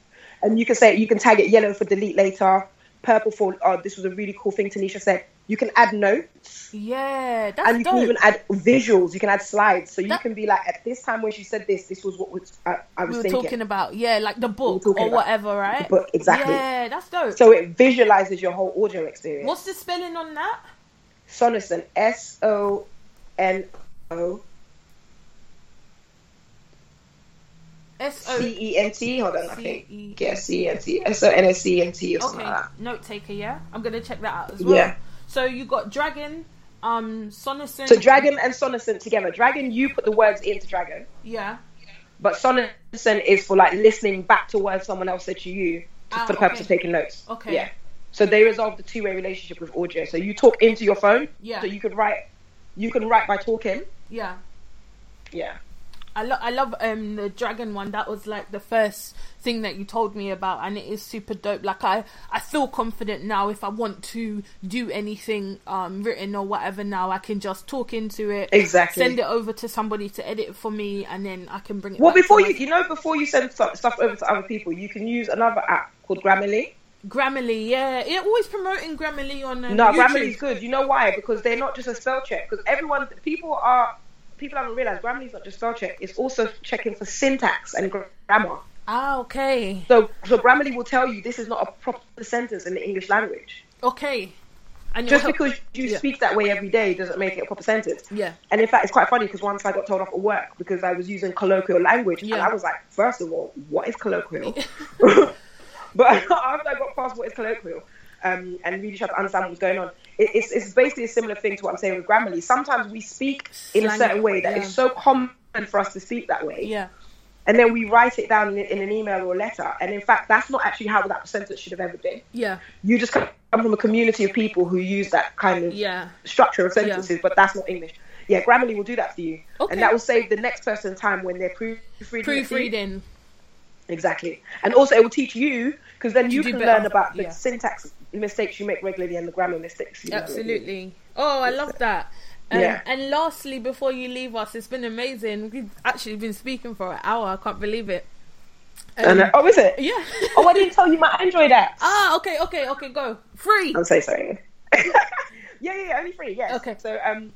S2: and you can say you can tag it yellow for delete later purple for oh this was a really cool thing tanisha said you can add notes
S1: Yeah. That's
S2: and you
S1: dope.
S2: can even add visuals. You can add slides, so you
S1: That-
S2: can be like, at this time when she said this, this was what was I, I was
S1: we were
S2: thinking.
S1: talking about. Yeah, like the book
S2: talking
S1: or
S2: about
S1: whatever, right?
S2: book, exactly.
S1: Yeah, that's dope.
S2: so it visualizes your whole audio experience.
S1: What's the spelling on that?
S2: Sonison, S O N O
S1: S O
S2: C E N T. Hold on, I
S1: C E-
S2: think. Yeah, C E N T. S O N S C E N T or something
S1: Okay,
S2: like that.
S1: note taker. Yeah, I'm gonna check that out as well.
S2: Yeah.
S1: So you got dragon, um, sonocent.
S2: So dragon and sonison together. Dragon, you put the words into dragon,
S1: Yeah.
S2: but sonison is for like listening back to words someone else said to you to-
S1: Ah,
S2: for the purpose
S1: okay.
S2: of taking notes.
S1: Okay.
S2: Yeah. So they resolve the two-way relationship with audio. So you talk into your phone.
S1: Yeah.
S2: So you could write, you can write by talking.
S1: Yeah.
S2: Yeah.
S1: I, lo- I love um the dragon one. That was like the first thing that you told me about, and it is super dope. Like I, I feel confident now. If I want to do anything um written or whatever, now I can just talk into it,
S2: Exactly.
S1: send it over to somebody to edit for me, and then I can bring it.
S2: Well,
S1: back to
S2: before you,
S1: myself.
S2: you know, before you send stuff, stuff over to other people, you can use another app called Grammarly.
S1: Grammarly, yeah, it always promoting Grammarly on um,
S2: No,
S1: YouTube.
S2: Grammarly's good. You know why? Because they're not just a spell check. Because everyone, people are, people haven't realized Grammarly's not just spell check. It's also checking for syntax and gr- grammar.
S1: Ah, okay,
S2: So, so Grammarly will tell you this is not a proper sentence in the English language.
S1: okay, and
S2: Just
S1: it'll help-
S2: because you
S1: Yeah.
S2: speak that way every day doesn't make it a proper sentence.
S1: yeah,
S2: And in fact, it's quite funny because once I got told off at work because I was using colloquial language, and
S1: Yeah.
S2: I was like, first of all, what is colloquial? but after I got past what is colloquial um, and really tried to understand what was going on, it, it's, it's basically a similar thing to what I'm saying with Grammarly. Sometimes we speak in a
S1: Slang,
S2: certain way that is
S1: yeah.
S2: so common for us to speak that way
S1: yeah,
S2: and then we write it down in, in an email or letter. And in fact, that's not actually how that sentence should have ever been.
S1: Yeah.
S2: You just come from a community of people who use that kind of
S1: Yeah.
S2: structure of sentences, but that's not English. Yeah, Grammarly will do that for you,
S1: Okay.
S2: and that will save the next person time when they're proofreading. it.
S1: Proofreading.
S2: Exactly, and also it will teach you because then you
S1: do
S2: can
S1: better.
S2: learn about the
S1: Yeah.
S2: syntax mistakes you make regularly and the grammar mistakes. You make regularly.
S1: Absolutely. Oh, I love that. Um,
S2: Yeah.
S1: And lastly, before you leave us, it's been amazing. We've actually been speaking for an hour. I can't believe it. Um,
S2: And, uh, oh, is it?
S1: Yeah.
S2: Oh, I didn't tell you my Android app.
S1: ah, okay, okay, okay, go. Free.
S2: I'm so sorry. yeah, yeah, yeah, only free. Yes.
S1: Okay.
S2: So, um,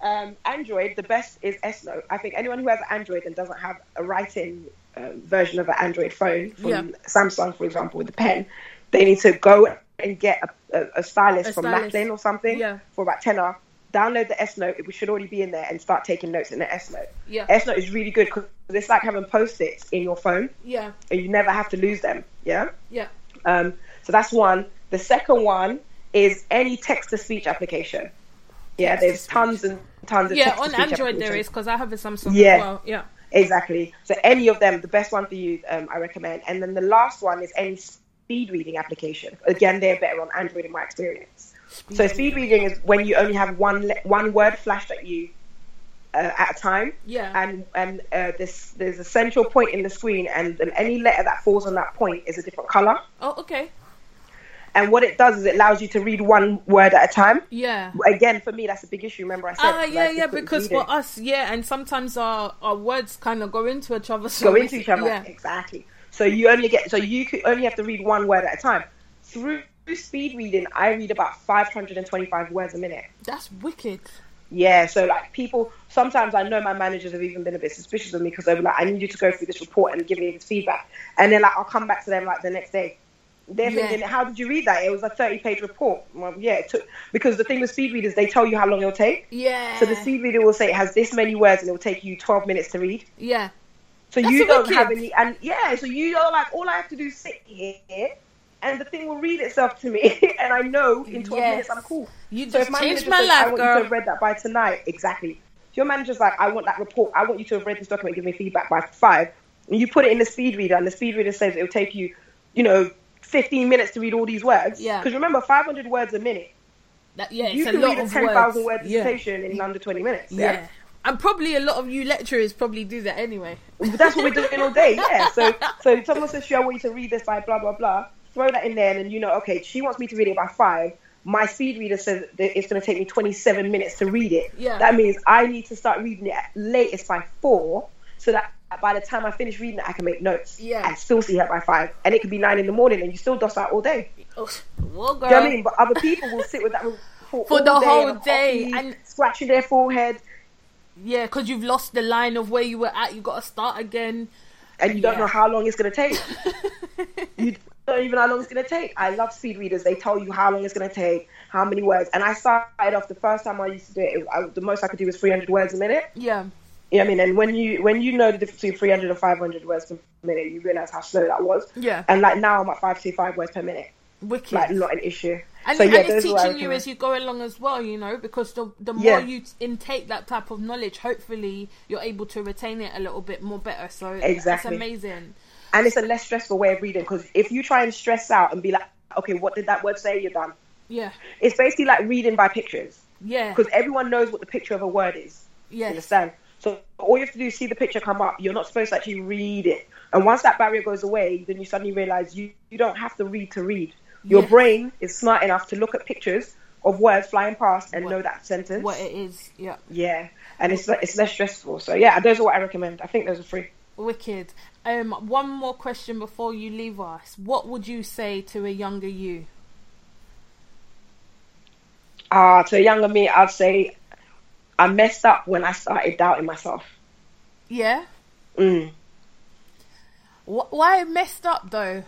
S2: um, Android, the best is S Note. I think anyone who has Android and doesn't have a writing um, version of an Android phone from
S1: Yeah.
S2: Samsung, for example, with a pen, they need to go and get a, a, a stylus
S1: A
S2: from
S1: stylus.
S2: Macklin or something
S1: Yeah.
S2: for about tenner. Download the S Note. It should already be in there, and start taking notes in the S Note.
S1: Yeah.
S2: S Note is really good because it's like having post-its in your phone,
S1: Yeah,
S2: and you never have to lose them. Yeah.
S1: yeah.
S2: Um, so that's one. The second one is any text to speech application. Yeah, there's tons and tons of
S1: Yeah, on
S2: text-to-speech
S1: Android there is
S2: applications.
S1: because I have a Samsung
S2: Yeah.
S1: as well. Yeah.
S2: exactly. So any of them, the best one for you, um, I recommend. And then the last one is any speed reading application. Again, they're better on Android in my experience. so speed reading is when you only have one le- one word flashed at you uh, at a time
S1: Yeah.
S2: and and uh, this there's a central point in the screen and, and any letter that falls on that point is a different color
S1: Oh, okay.
S2: and what it does is it allows you to read one word at a time
S1: Yeah.
S2: again for me that's a big issue remember i said
S1: Ah, yeah,
S2: like,
S1: yeah.
S2: I couldn't
S1: Because
S2: read
S1: for
S2: it.
S1: us, yeah, and sometimes our our words kind of go into each other. So
S2: go into each other
S1: Yeah.
S2: exactly so you only get so you could only have to read one word at a time through through speed reading i read about 525 words a minute
S1: That's wicked.
S2: yeah so like people sometimes i know my managers have even been a bit suspicious of me because they'll be like i need you to go through this report and give me this feedback and then like i'll come back to them like the next day they're
S1: Yeah.
S2: thinking how did you read that it was a 30 page report well yeah it took because the thing with speed readers they tell you how long it'll take
S1: Yeah.
S2: So the speed reader will say it has this many words and it will take you 12 minutes to read.
S1: Yeah.
S2: So
S1: That's
S2: you don't
S1: wicked.
S2: have any, and yeah, so you are like, all I have to do is sit here and the thing will read itself to me. and I know in 12 minutes I'm cool.
S1: You
S2: So
S1: just
S2: if my
S1: changed
S2: manager
S1: my
S2: says, I
S1: life,
S2: want you to
S1: girl.
S2: have read that by tonight, exactly. If your manager's like, I want that report, I want you to have read this document, give me feedback by five, and you put it in the speed reader and the speed reader says it'll take you, you know, 15 minutes to read all these words.
S1: Yeah.
S2: Because remember, 500 words a minute.
S1: That, yeah, it's
S2: You
S1: a
S2: can
S1: lot
S2: read a
S1: of
S2: 10,000
S1: words.
S2: word
S1: yeah.
S2: dissertation in under 20 minutes.
S1: yeah. And probably a lot of you lecturers probably do that anyway.
S2: But that's what we're doing all day, yeah. So, so if someone says, "She, I want you to read this by blah blah blah." Throw that in there, and then you know, okay, she wants me to read it by five. My speed reader says that it's going to take me 27 minutes to read it.
S1: Yeah.
S2: That means I need to start reading it at latest by four, so that by the time I finish reading it, I can make notes.
S1: Yeah.
S2: And still see her by five, and it could be nine in the morning, and you still doss out all day.
S1: Oh, well, girl.
S2: Do you know what I mean? But other people will sit with that report
S1: For
S2: all
S1: the
S2: day
S1: whole
S2: and
S1: day,
S2: copy,
S1: and-
S2: scratching their forehead,
S1: Yeah, because you've lost the line of where you were at. You got to start again.
S2: and you don't
S1: Yeah.
S2: know how long it's going to take. you don't even know how long it's going to take. I love speed readers. They tell you how long it's going to take, how many words. And I started off the first time I used to do it. it I, the most I could do was 300 words a minute.
S1: Yeah,
S2: You know what I mean? And when you when you know the difference between 300 and 500 words per minute, you realize how slow that was.
S1: Yeah.
S2: And like now I'm at 525 words per minute.
S1: wicked.
S2: Like not an issue.
S1: and,
S2: so yeah,
S1: and it's
S2: those are what I
S1: teaching you
S2: recommend.
S1: as you go along as well, you know, because the the more
S2: Yeah.
S1: you t- intake that type of knowledge, hopefully you're able to retain it a little bit more better. So it's
S2: Exactly.
S1: amazing.
S2: and it's a less stressful way of reading because if you try and stress out and be like, okay, what did that word say? You're done.
S1: Yeah,
S2: It's basically like reading by pictures
S1: yeah,
S2: because everyone knows what the picture of a word is. You
S1: yeah,
S2: understand? So all you have to do is see the picture come up. You're not supposed to actually read it. And once that barrier goes away, then you suddenly realize you, you don't have to read to read. Your
S1: Yeah.
S2: brain is smart enough to look at pictures of words flying past and
S1: What-
S2: know that sentence.
S1: what it is. Yeah.
S2: yeah. And it's, it's less stressful. So yeah, those are what I recommend. I think those are free.
S1: Wicked. Um, one more question before you leave us. What would you say to a younger you?
S2: Ah, to a younger me, I'd say I messed up when I started doubting myself.
S1: Yeah.
S2: Mm.
S1: Wh- why it messed up though?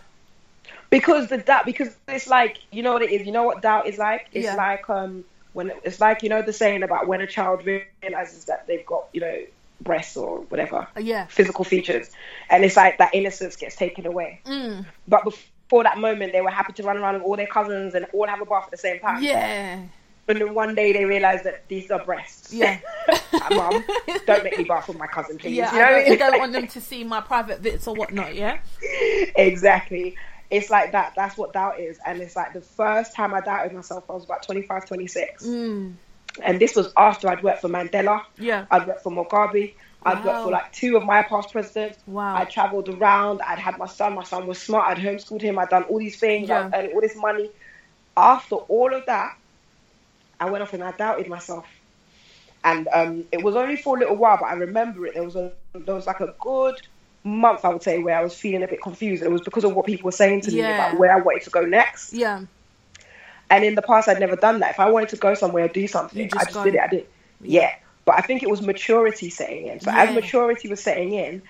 S2: because the doubt because it's like you know what it is you know what doubt is like it's
S1: Yeah.
S2: like um when it's like you know the saying about when a child realizes that they've got you know breasts or whatever
S1: Yeah.
S2: physical features and it's like that innocence gets taken away
S1: Mm.
S2: but before that moment they were happy to run around with all their cousins and all have a bath at the same time
S1: Yeah.
S2: and then one day they realize that these are breasts
S1: Yeah.
S2: that, mum. Don't make me bath with my cousin, please.
S1: Yeah,
S2: you know
S1: I,
S2: what I
S1: don't,
S2: mean?
S1: I don't want them to see my private bits or whatnot. Yeah,
S2: exactly. It's like that. That's what doubt is. And it's like the first time I doubted myself, I was about 25, 26. And this was after I'd worked for Mandela.
S1: yeah,
S2: I'd worked for Mugabe. I'd worked
S1: Wow.
S2: for like two of my past presidents.
S1: Wow.
S2: I traveled around. I'd had my son. My son was smart. I'd homeschooled him. I'd done all these things.
S1: Yeah.
S2: I'd earned all this money. After all of that, I went off and I doubted myself. And um, it was only for a little while, but I remember it. There was a, there was like a good month, I would say, where I was feeling a bit confused. It was because of what people were saying to me
S1: Yeah.
S2: about where I wanted to go next.
S1: yeah.
S2: And in the past, I'd never done that. If I wanted to go somewhere, do
S1: You
S2: something,
S1: just
S2: I just
S1: gone.
S2: did it. I did. Yeah. But I think it was maturity setting in. So
S1: Yeah.
S2: as maturity was setting in,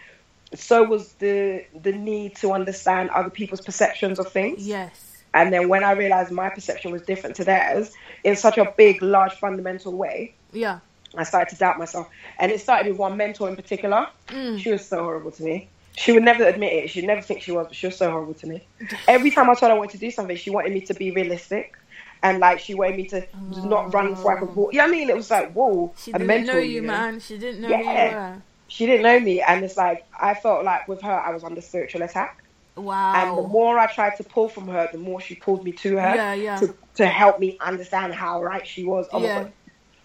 S2: so was the the need to understand other people's perceptions of things.
S1: Yes.
S2: And then when I realized my perception was different to theirs in such a big, large, fundamental way,
S1: Yeah.
S2: I started to doubt myself. And it started with one mentor in particular.
S1: Mm.
S2: She was so horrible to me. She would never admit it. She'd never think she was, but she was so horrible to me. Every time I told her I wanted to do something, she wanted me to be realistic. And like she wanted me to just not run before I could walk. Yeah, I mean, it was like, whoa,
S1: She
S2: a
S1: didn't
S2: mentor.
S1: know you,
S2: know?
S1: man. She didn't know
S2: Yeah.
S1: you
S2: She didn't know me, and it's like I felt like with her, I was under spiritual attack.
S1: were.
S2: And the
S1: Wow.
S2: more I tried to pull from her, the more she pulled me to her
S1: Oh. Yeah, yeah.
S2: to to help me understand how right she was. Oh my
S1: Yeah.
S2: God.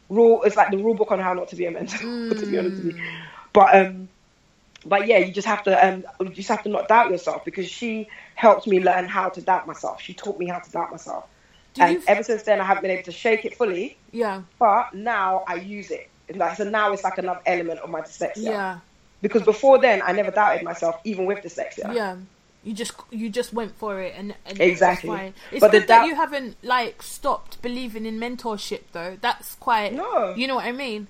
S2: Rule it's like the rule book on how not to be a mentor, to be honest with
S1: Mm.
S2: you. But um but yeah, you just have to um you just have to not doubt yourself because she helped me learn how to doubt myself. She taught me how to doubt myself.
S1: Do
S2: and
S1: you?
S2: ever since then I haven't been able to shake it fully,
S1: yeah.
S2: but now I use it. Like so now it's like another element of my dyslexia.
S1: Yeah.
S2: Because before then I never doubted myself even with dyslexia.
S1: yeah you just you just went for it and, and
S2: Exactly.
S1: it's, fine. it's
S2: But the
S1: good that
S2: doubt-
S1: you haven't like stopped believing in mentorship though that's quite
S2: No.
S1: you know what i mean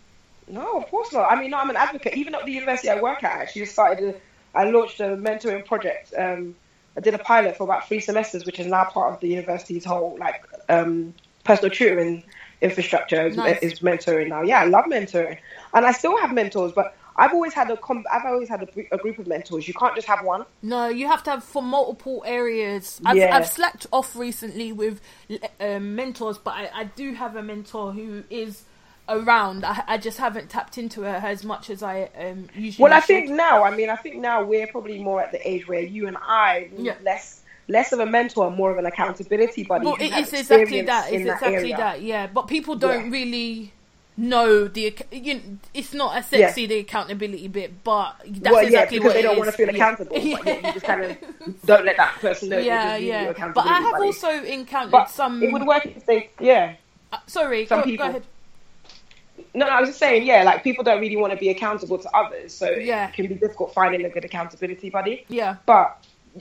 S2: No, of course not. I mean, no, I'm an advocate. Even at the university I work at, I actually started. A, I launched a mentoring project. Um, I did a pilot for about three semesters, which is now part of the university's whole like um, personal tutoring infrastructure. Is,
S1: Nice.
S2: is mentoring now. Yeah, I love mentoring, and I still have mentors, but. I've always had a com- I've always had a, gr- a group of mentors. You can't just have one.
S1: no you have to have for multiple areas i've,
S2: Yeah.
S1: I've slacked off recently with um, mentors but I, I do have a mentor who is around I, I just haven't tapped into her as much as i um usually
S2: Well, I
S1: should.
S2: think now, I mean, I think now we're probably more at the age where you and I need
S1: Yeah.
S2: less less of a mentor, more of an accountability buddy.
S1: Well,
S2: who
S1: it
S2: has
S1: is exactly
S2: experience
S1: that. It's
S2: in
S1: exactly
S2: area.
S1: that. Yeah, but people don't
S2: Yeah.
S1: really know the. ac- You know, it's not as
S2: Yeah.
S1: sexy the accountability bit, but that's
S2: well, yeah,
S1: exactly
S2: because
S1: what
S2: they
S1: it
S2: don't want
S1: is.
S2: to feel
S1: Yeah.
S2: accountable. But yeah,
S1: Yeah,
S2: you just kind of don't let that person know.
S1: yeah,
S2: yeah.
S1: yeah. But I have also encountered
S2: But
S1: some.
S2: it would work if they, yeah.
S1: uh, sorry,
S2: some
S1: go,
S2: people.
S1: go ahead.
S2: No, no, I was just saying, yeah, like people don't really want to be accountable to others, so
S1: Yeah.
S2: it can be difficult finding a good accountability buddy.
S1: Yeah,
S2: But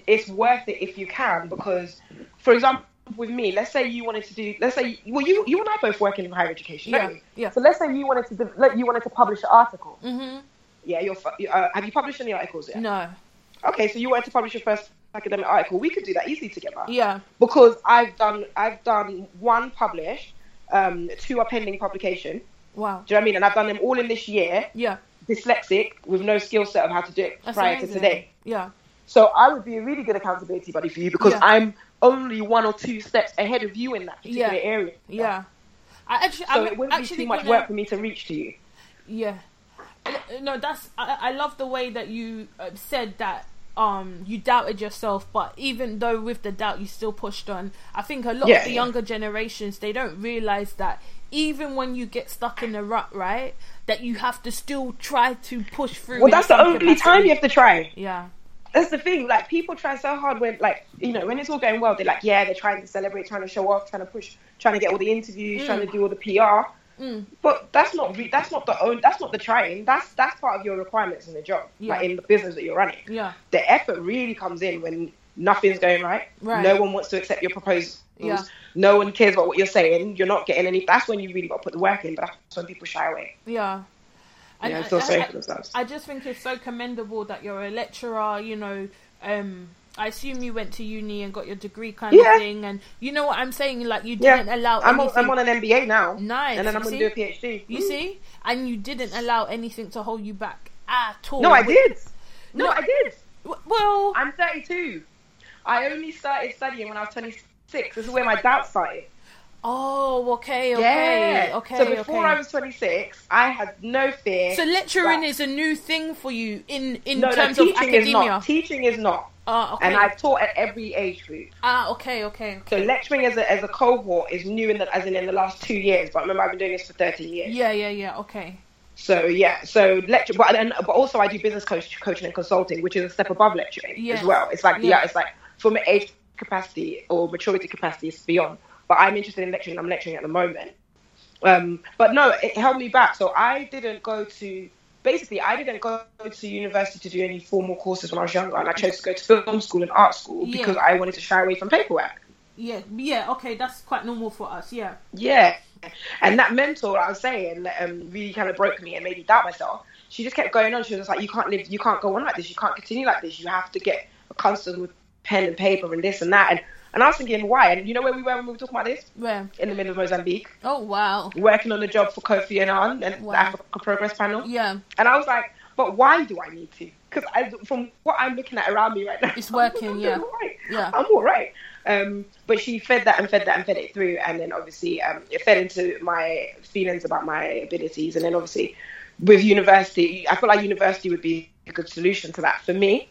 S2: it's worth it if you can, because, for example, with me, let's say you wanted to do, let's say, well, you you and I both work in higher education,
S1: Yeah,
S2: don't we?
S1: yeah.
S2: So let's say you wanted to, de- like, you wanted to publish an article.
S1: Mhm.
S2: Yeah, you're, fu- uh, have you published any articles yet?
S1: no,
S2: Okay, so you wanted to publish your first academic article. We could do that easily together.
S1: yeah,
S2: Because I've done I've done one published, um, two are pending publication.
S1: wow,
S2: Do you know what I mean? And I've done them all in this year,
S1: yeah,
S2: dyslexic with no skill set of how to do it
S1: that's
S2: prior
S1: amazing.
S2: to today.
S1: Yeah,
S2: So I would be a really good accountability buddy for you because
S1: Yeah.
S2: I'm only one or two steps ahead of you in that particular
S1: Yeah.
S2: area.
S1: yeah. I actually,
S2: So
S1: I'm
S2: it wouldn't be
S1: actually
S2: too much
S1: gonna-
S2: work for me to reach to you.
S1: Yeah. N- No, that's I, I love the way that you uh, said that um you doubted yourself, but even though with the doubt you still pushed on. I think a lot
S2: Yeah,
S1: of the
S2: yeah.
S1: younger generations they don't realize that even when you get stuck in the rut, right, that you have to still try to push through.
S2: Well,
S1: in
S2: that's the
S1: some
S2: only
S1: capacity.
S2: time you have to try.
S1: Yeah.
S2: that's the thing. Like people try so hard when, like, you know, when it's all going well, they're like, yeah, they're trying to celebrate, trying to show off, trying to push, trying to get all the interviews, trying to
S1: Mm.
S2: do all the PR. But that's not re- that's not the own that's not the trying. That's that's part of your requirements in the job,
S1: Yeah.
S2: like in the business that you're running.
S1: Yeah.
S2: The effort really comes in when nothing's going right.
S1: Right.
S2: No one wants to accept your proposals.
S1: Yeah.
S2: No one cares about what you're saying. You're not getting any. That's when you really got to put the work in. But that's when people shy away.
S1: Yeah. And
S2: You know,
S1: I-
S2: feel
S1: I-
S2: sorry
S1: I-
S2: for themselves.
S1: I just think it's so commendable that you're a lecturer, you know, um I assume you went to uni and got your degree kind
S2: Yeah.
S1: of thing and you know what I'm saying, like you
S2: yeah.
S1: didn't allow
S2: I'm on,
S1: anything
S2: I'm on an MBA now.
S1: Nice,
S2: And then
S1: you
S2: I'm going
S1: see?
S2: to do a PhD.
S1: you
S2: Mm.
S1: see? And you didn't allow anything to hold you back at all.
S2: No, I did. No,
S1: No.
S2: I did.
S1: W- Well
S2: I'm 32. I only started studying when I was 26. This is where my doubt started.
S1: Oh, okay, okay,
S2: Yeah.
S1: okay.
S2: so before
S1: okay.
S2: I was 26, I had no fear.
S1: so lecturing
S2: that-
S1: is a new thing for you in in
S2: no,
S1: terms
S2: no,
S1: of
S2: teaching is
S1: academia.
S2: not. Teaching is not.
S1: Ah, okay.
S2: And I've taught at every age group.
S1: ah, okay, okay, okay.
S2: So lecturing as a, as a cohort is new in the, as in, in the last two years. But remember, I've been doing this for 30 years.
S1: Yeah, yeah, yeah. Okay.
S2: So yeah, so lecture, but and, but also I do business coach, coaching and consulting, which is a step above lecturing
S1: Yes.
S2: as well. It's like
S1: Yeah.
S2: yeah, it's like from an age capacity or maturity capacity, it's beyond. But I'm interested in lecturing. I'm lecturing at the moment. Um, but no, it held me back. So I didn't go to basically I didn't go to university to do any formal courses when I was younger, and I chose to go to film school and art school
S1: Yeah.
S2: because I wanted to shy away from paperwork.
S1: Yeah, yeah. Okay, that's quite normal for us. Yeah.
S2: Yeah. And that mentor, I was saying, um, really kind of broke me and made me doubt myself. She just kept going on. She was just like, you can't live, you can't go on like this. You can't continue like this. You have to get accustomed with pen and paper and this and that. And, and I was thinking, why? And you know where we were when we were talking about this?
S1: Yeah.
S2: In the middle of Mozambique,
S1: Oh wow.
S2: working on a job for Kofi Annan and
S1: Wow.
S2: the Africa Progress Panel.
S1: Yeah,
S2: And I was like, but why do I need to? Because from what I'm looking at around me right now,
S1: It's working,
S2: I'm
S1: yeah.
S2: doing all right.
S1: yeah.
S2: I'm all right. Um, but she fed that and fed that and fed it through, and then obviously um, it fed into my feelings about my abilities, and then obviously with university, I feel like university would be a good solution to that for me.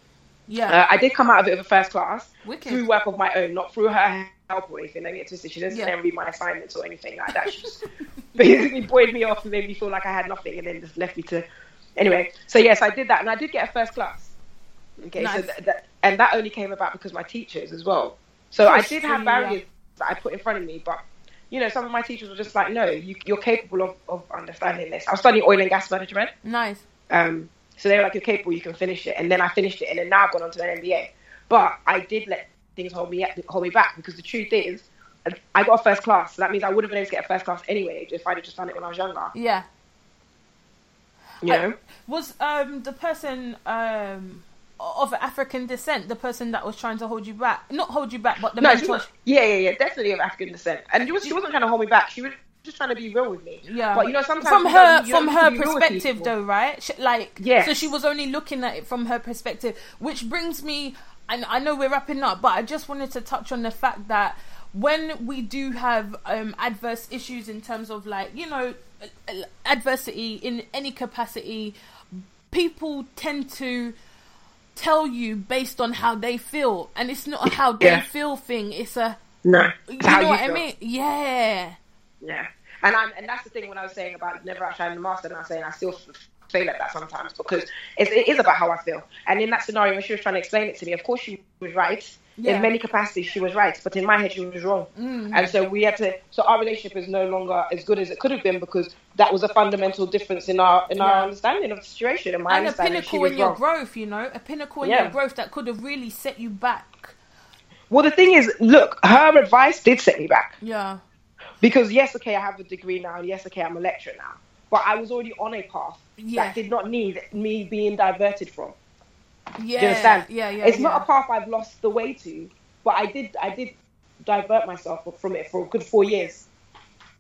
S1: Yeah.
S2: Uh, I did come out of it with a first class
S1: Wicked.
S2: through work of my own, not through her help or anything. Don't get twisted. She doesn't
S1: Yeah.
S2: then read my assignments or anything like that. She just basically buoyed me off and made me feel like I had nothing, and then just left me to. Anyway, so yes, I did that, and I did get a first class. Okay, so
S1: Nice.
S2: th- that, and that only came about because my teachers as well. So I
S1: Pushed
S2: did
S1: you,
S2: have
S1: yeah.
S2: barriers that I put in front of me, but you know, some of my teachers were just like, "No, you, you're capable of, of understanding this." I was studying oil and gas management.
S1: nice.
S2: Um, so they were like, you're capable, you can finish it. And then I finished it, and then now I've gone on to an MBA. But I did let things hold me hold me back because the truth is, um, I got a first class. So that means I would have been able to get a first class anyway if I'd have just done it when I was younger.
S1: Yeah. Uh,
S2: You know?
S1: Was um the person um of African descent the person that was trying to hold you back? Not hold you back, but the
S2: no, she
S1: mentor.
S2: was, yeah, yeah, yeah, definitely of African descent. And she, was, she wasn't trying to hold me back. She was just trying to be real with me.
S1: Yeah.
S2: But you know, sometimes
S1: from
S2: you
S1: her
S2: don't- you
S1: from
S2: don't need to
S1: her
S2: be real with
S1: perspective
S2: people.
S1: though right Sh like
S2: Yes.
S1: so she was only looking at it from her perspective which brings me and i know we're wrapping up but i just wanted to touch on the fact that when we do have um, adverse issues in terms of like you know adversity in any capacity people tend to tell you based on how they feel and it's not a how they
S2: Yeah.
S1: feel thing it's a
S2: No,
S1: you
S2: It's how
S1: know
S2: you
S1: what i
S2: feel.
S1: mean yeah
S2: Yeah, and I'm, and that's the thing when I was saying about never outshining the master, and I was saying I still f- fail at that sometimes because it's, it is about how I feel. And in that scenario, when she was trying to explain it to me, of course she was right.
S1: Yeah. Mm.
S2: In many capacities, she was right, but in my head, she was wrong. And so we had to. So our relationship is no longer as good as it could have been because that was a fundamental difference in our in
S1: Yeah.
S2: our understanding of the situation. And my
S1: and a
S2: understanding,
S1: pinnacle
S2: she was
S1: in your
S2: wrong.
S1: growth, you know, a pinnacle in
S2: Yeah.
S1: your growth that could have really set you back.
S2: well, the thing is, look, her advice did set me back.
S1: Yeah,
S2: because yes, okay, I have a degree now, and yes, okay, I'm a lecturer now, but I was already on a path
S1: Yeah.
S2: that did not need me being diverted from.
S1: yeah,
S2: Do you understand?
S1: yeah, yeah.
S2: It's
S1: yeah.
S2: not a path I've lost the way to, but I did, I did divert myself from it for a good four years.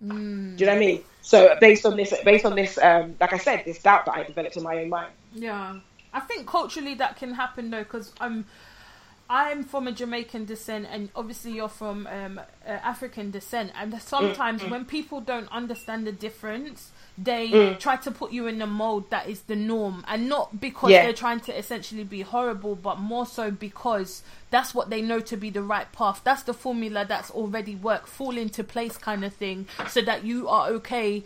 S1: Mm.
S2: Do you know what I mean? So based on this, based on this, um, like I said, this doubt that I developed in my own mind.
S1: Yeah, I think culturally that can happen though, because I'm I'm from a Jamaican descent, and obviously you're from um, uh, African descent, and sometimes when people don't understand the difference. They try to put you in the mold that is the norm, and not because
S2: Yeah.
S1: they're trying to essentially be horrible, but more so because that's what they know to be the right path. That's the formula that's already worked, fall into place kind of thing, so that you are okay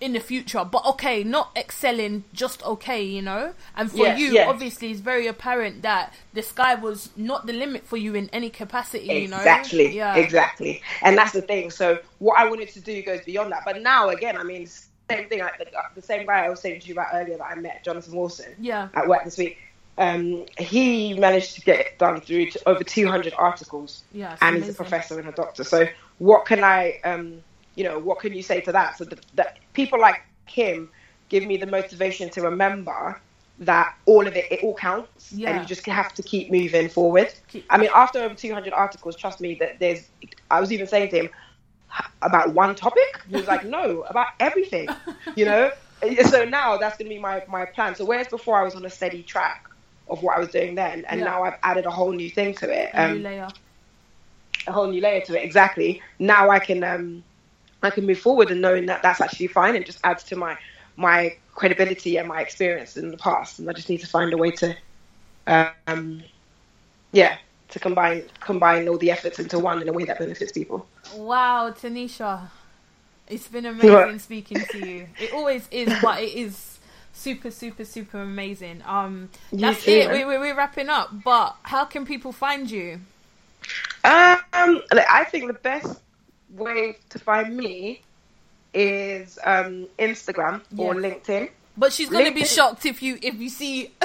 S1: in the future, but okay, not excelling, just okay, you know. And for
S2: Yes,
S1: you,
S2: yes.
S1: obviously, it's very apparent that the sky was not the limit for you in any capacity, you know.
S2: exactly
S1: Yeah.
S2: exactly and that's the thing so what i wanted to do goes beyond that but now again i mean same thing like the, the same guy i was saying to you about earlier that i met jonathan wilson
S1: Yeah.
S2: at work this week um he managed to get it done through to over 200 articles
S1: Yeah, it's
S2: and he's a
S1: amazing.
S2: professor and a doctor so what can i um you know what can you say to that so that, that people like him give me the motivation to remember that all of it it all counts
S1: Yeah.
S2: and you just have to keep moving forward
S1: Keep-
S2: I mean, after over 200 articles, trust me, that there's. I was even saying to him "H- about one topic. He was like, "No, about everything," you know. So now that's going to be my my plan. So whereas before I was on a steady track of what I was doing then, and
S1: Yeah.
S2: now I've added a whole new thing to it.
S1: A new
S2: Um,
S1: layer.
S2: a whole new layer to it. Exactly. Now I can um, I can move forward and knowing that that's actually fine. It just adds to my my credibility and my experience in the past. And I just need to find a way to, um, yeah, to combine combine all the efforts into one in a way that benefits people.
S1: Wow, Tanisha, it's been amazing
S2: What?
S1: speaking to you. It always is, but it is super, super, super amazing. Um,
S2: You
S1: that's
S2: too,
S1: it.
S2: man.
S1: We, we, we're wrapping up. But how can people find you?
S2: Um, like, I think the best way to find me is um, Instagram or
S1: Yeah.
S2: LinkedIn.
S1: But she's gonna be
S2: LinkedIn.
S1: shocked if you if you see.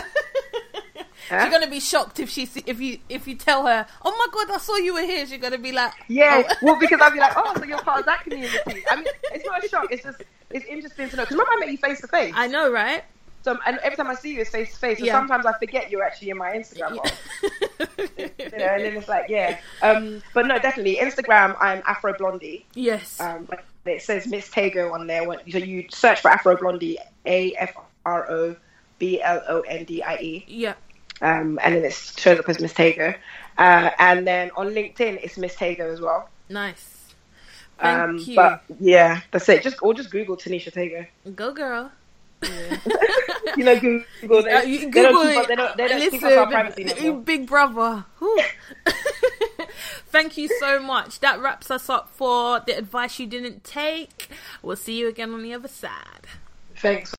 S2: Huh?
S1: She's gonna be shocked if she see, if you if you tell her, oh my god, I saw you were here. She's gonna be like,
S2: Yeah,
S1: oh.
S2: well, because I'd be like, oh, so you're part of that community. I mean, it's not a shock. It's just it's interesting to know because remember I met you face to face.
S1: I know, right?
S2: So and every time I see you, it's face to face. So
S1: Yeah.
S2: sometimes I forget you're actually in my Instagram. box, You know, and then it's like, yeah. Um, but no, definitely Instagram. I'm Afro Blondie.
S1: yes.
S2: Um, but it says Miss Tago on there. When, so you search for Afro Blondie, A F R O B L O N D I E,
S1: yeah.
S2: um, and then it shows up as Miss Tago. Uh, and then on LinkedIn, it's Miss Tago as well.
S1: Nice. Thank
S2: Um,
S1: you.
S2: But yeah, that's it. Just or just Google Tanisha Tago.
S1: Go, girl.
S2: You know, Google. They,
S1: Uh, you-
S2: they
S1: Google
S2: don't keep
S1: it.
S2: up, they don't, they don't keep up our
S1: Listen,
S2: privacy no more.
S1: Big Brother. Whew. Thank you so much. That wraps us up for the advice you didn't take. We'll see you again on the other side.
S2: Thanks.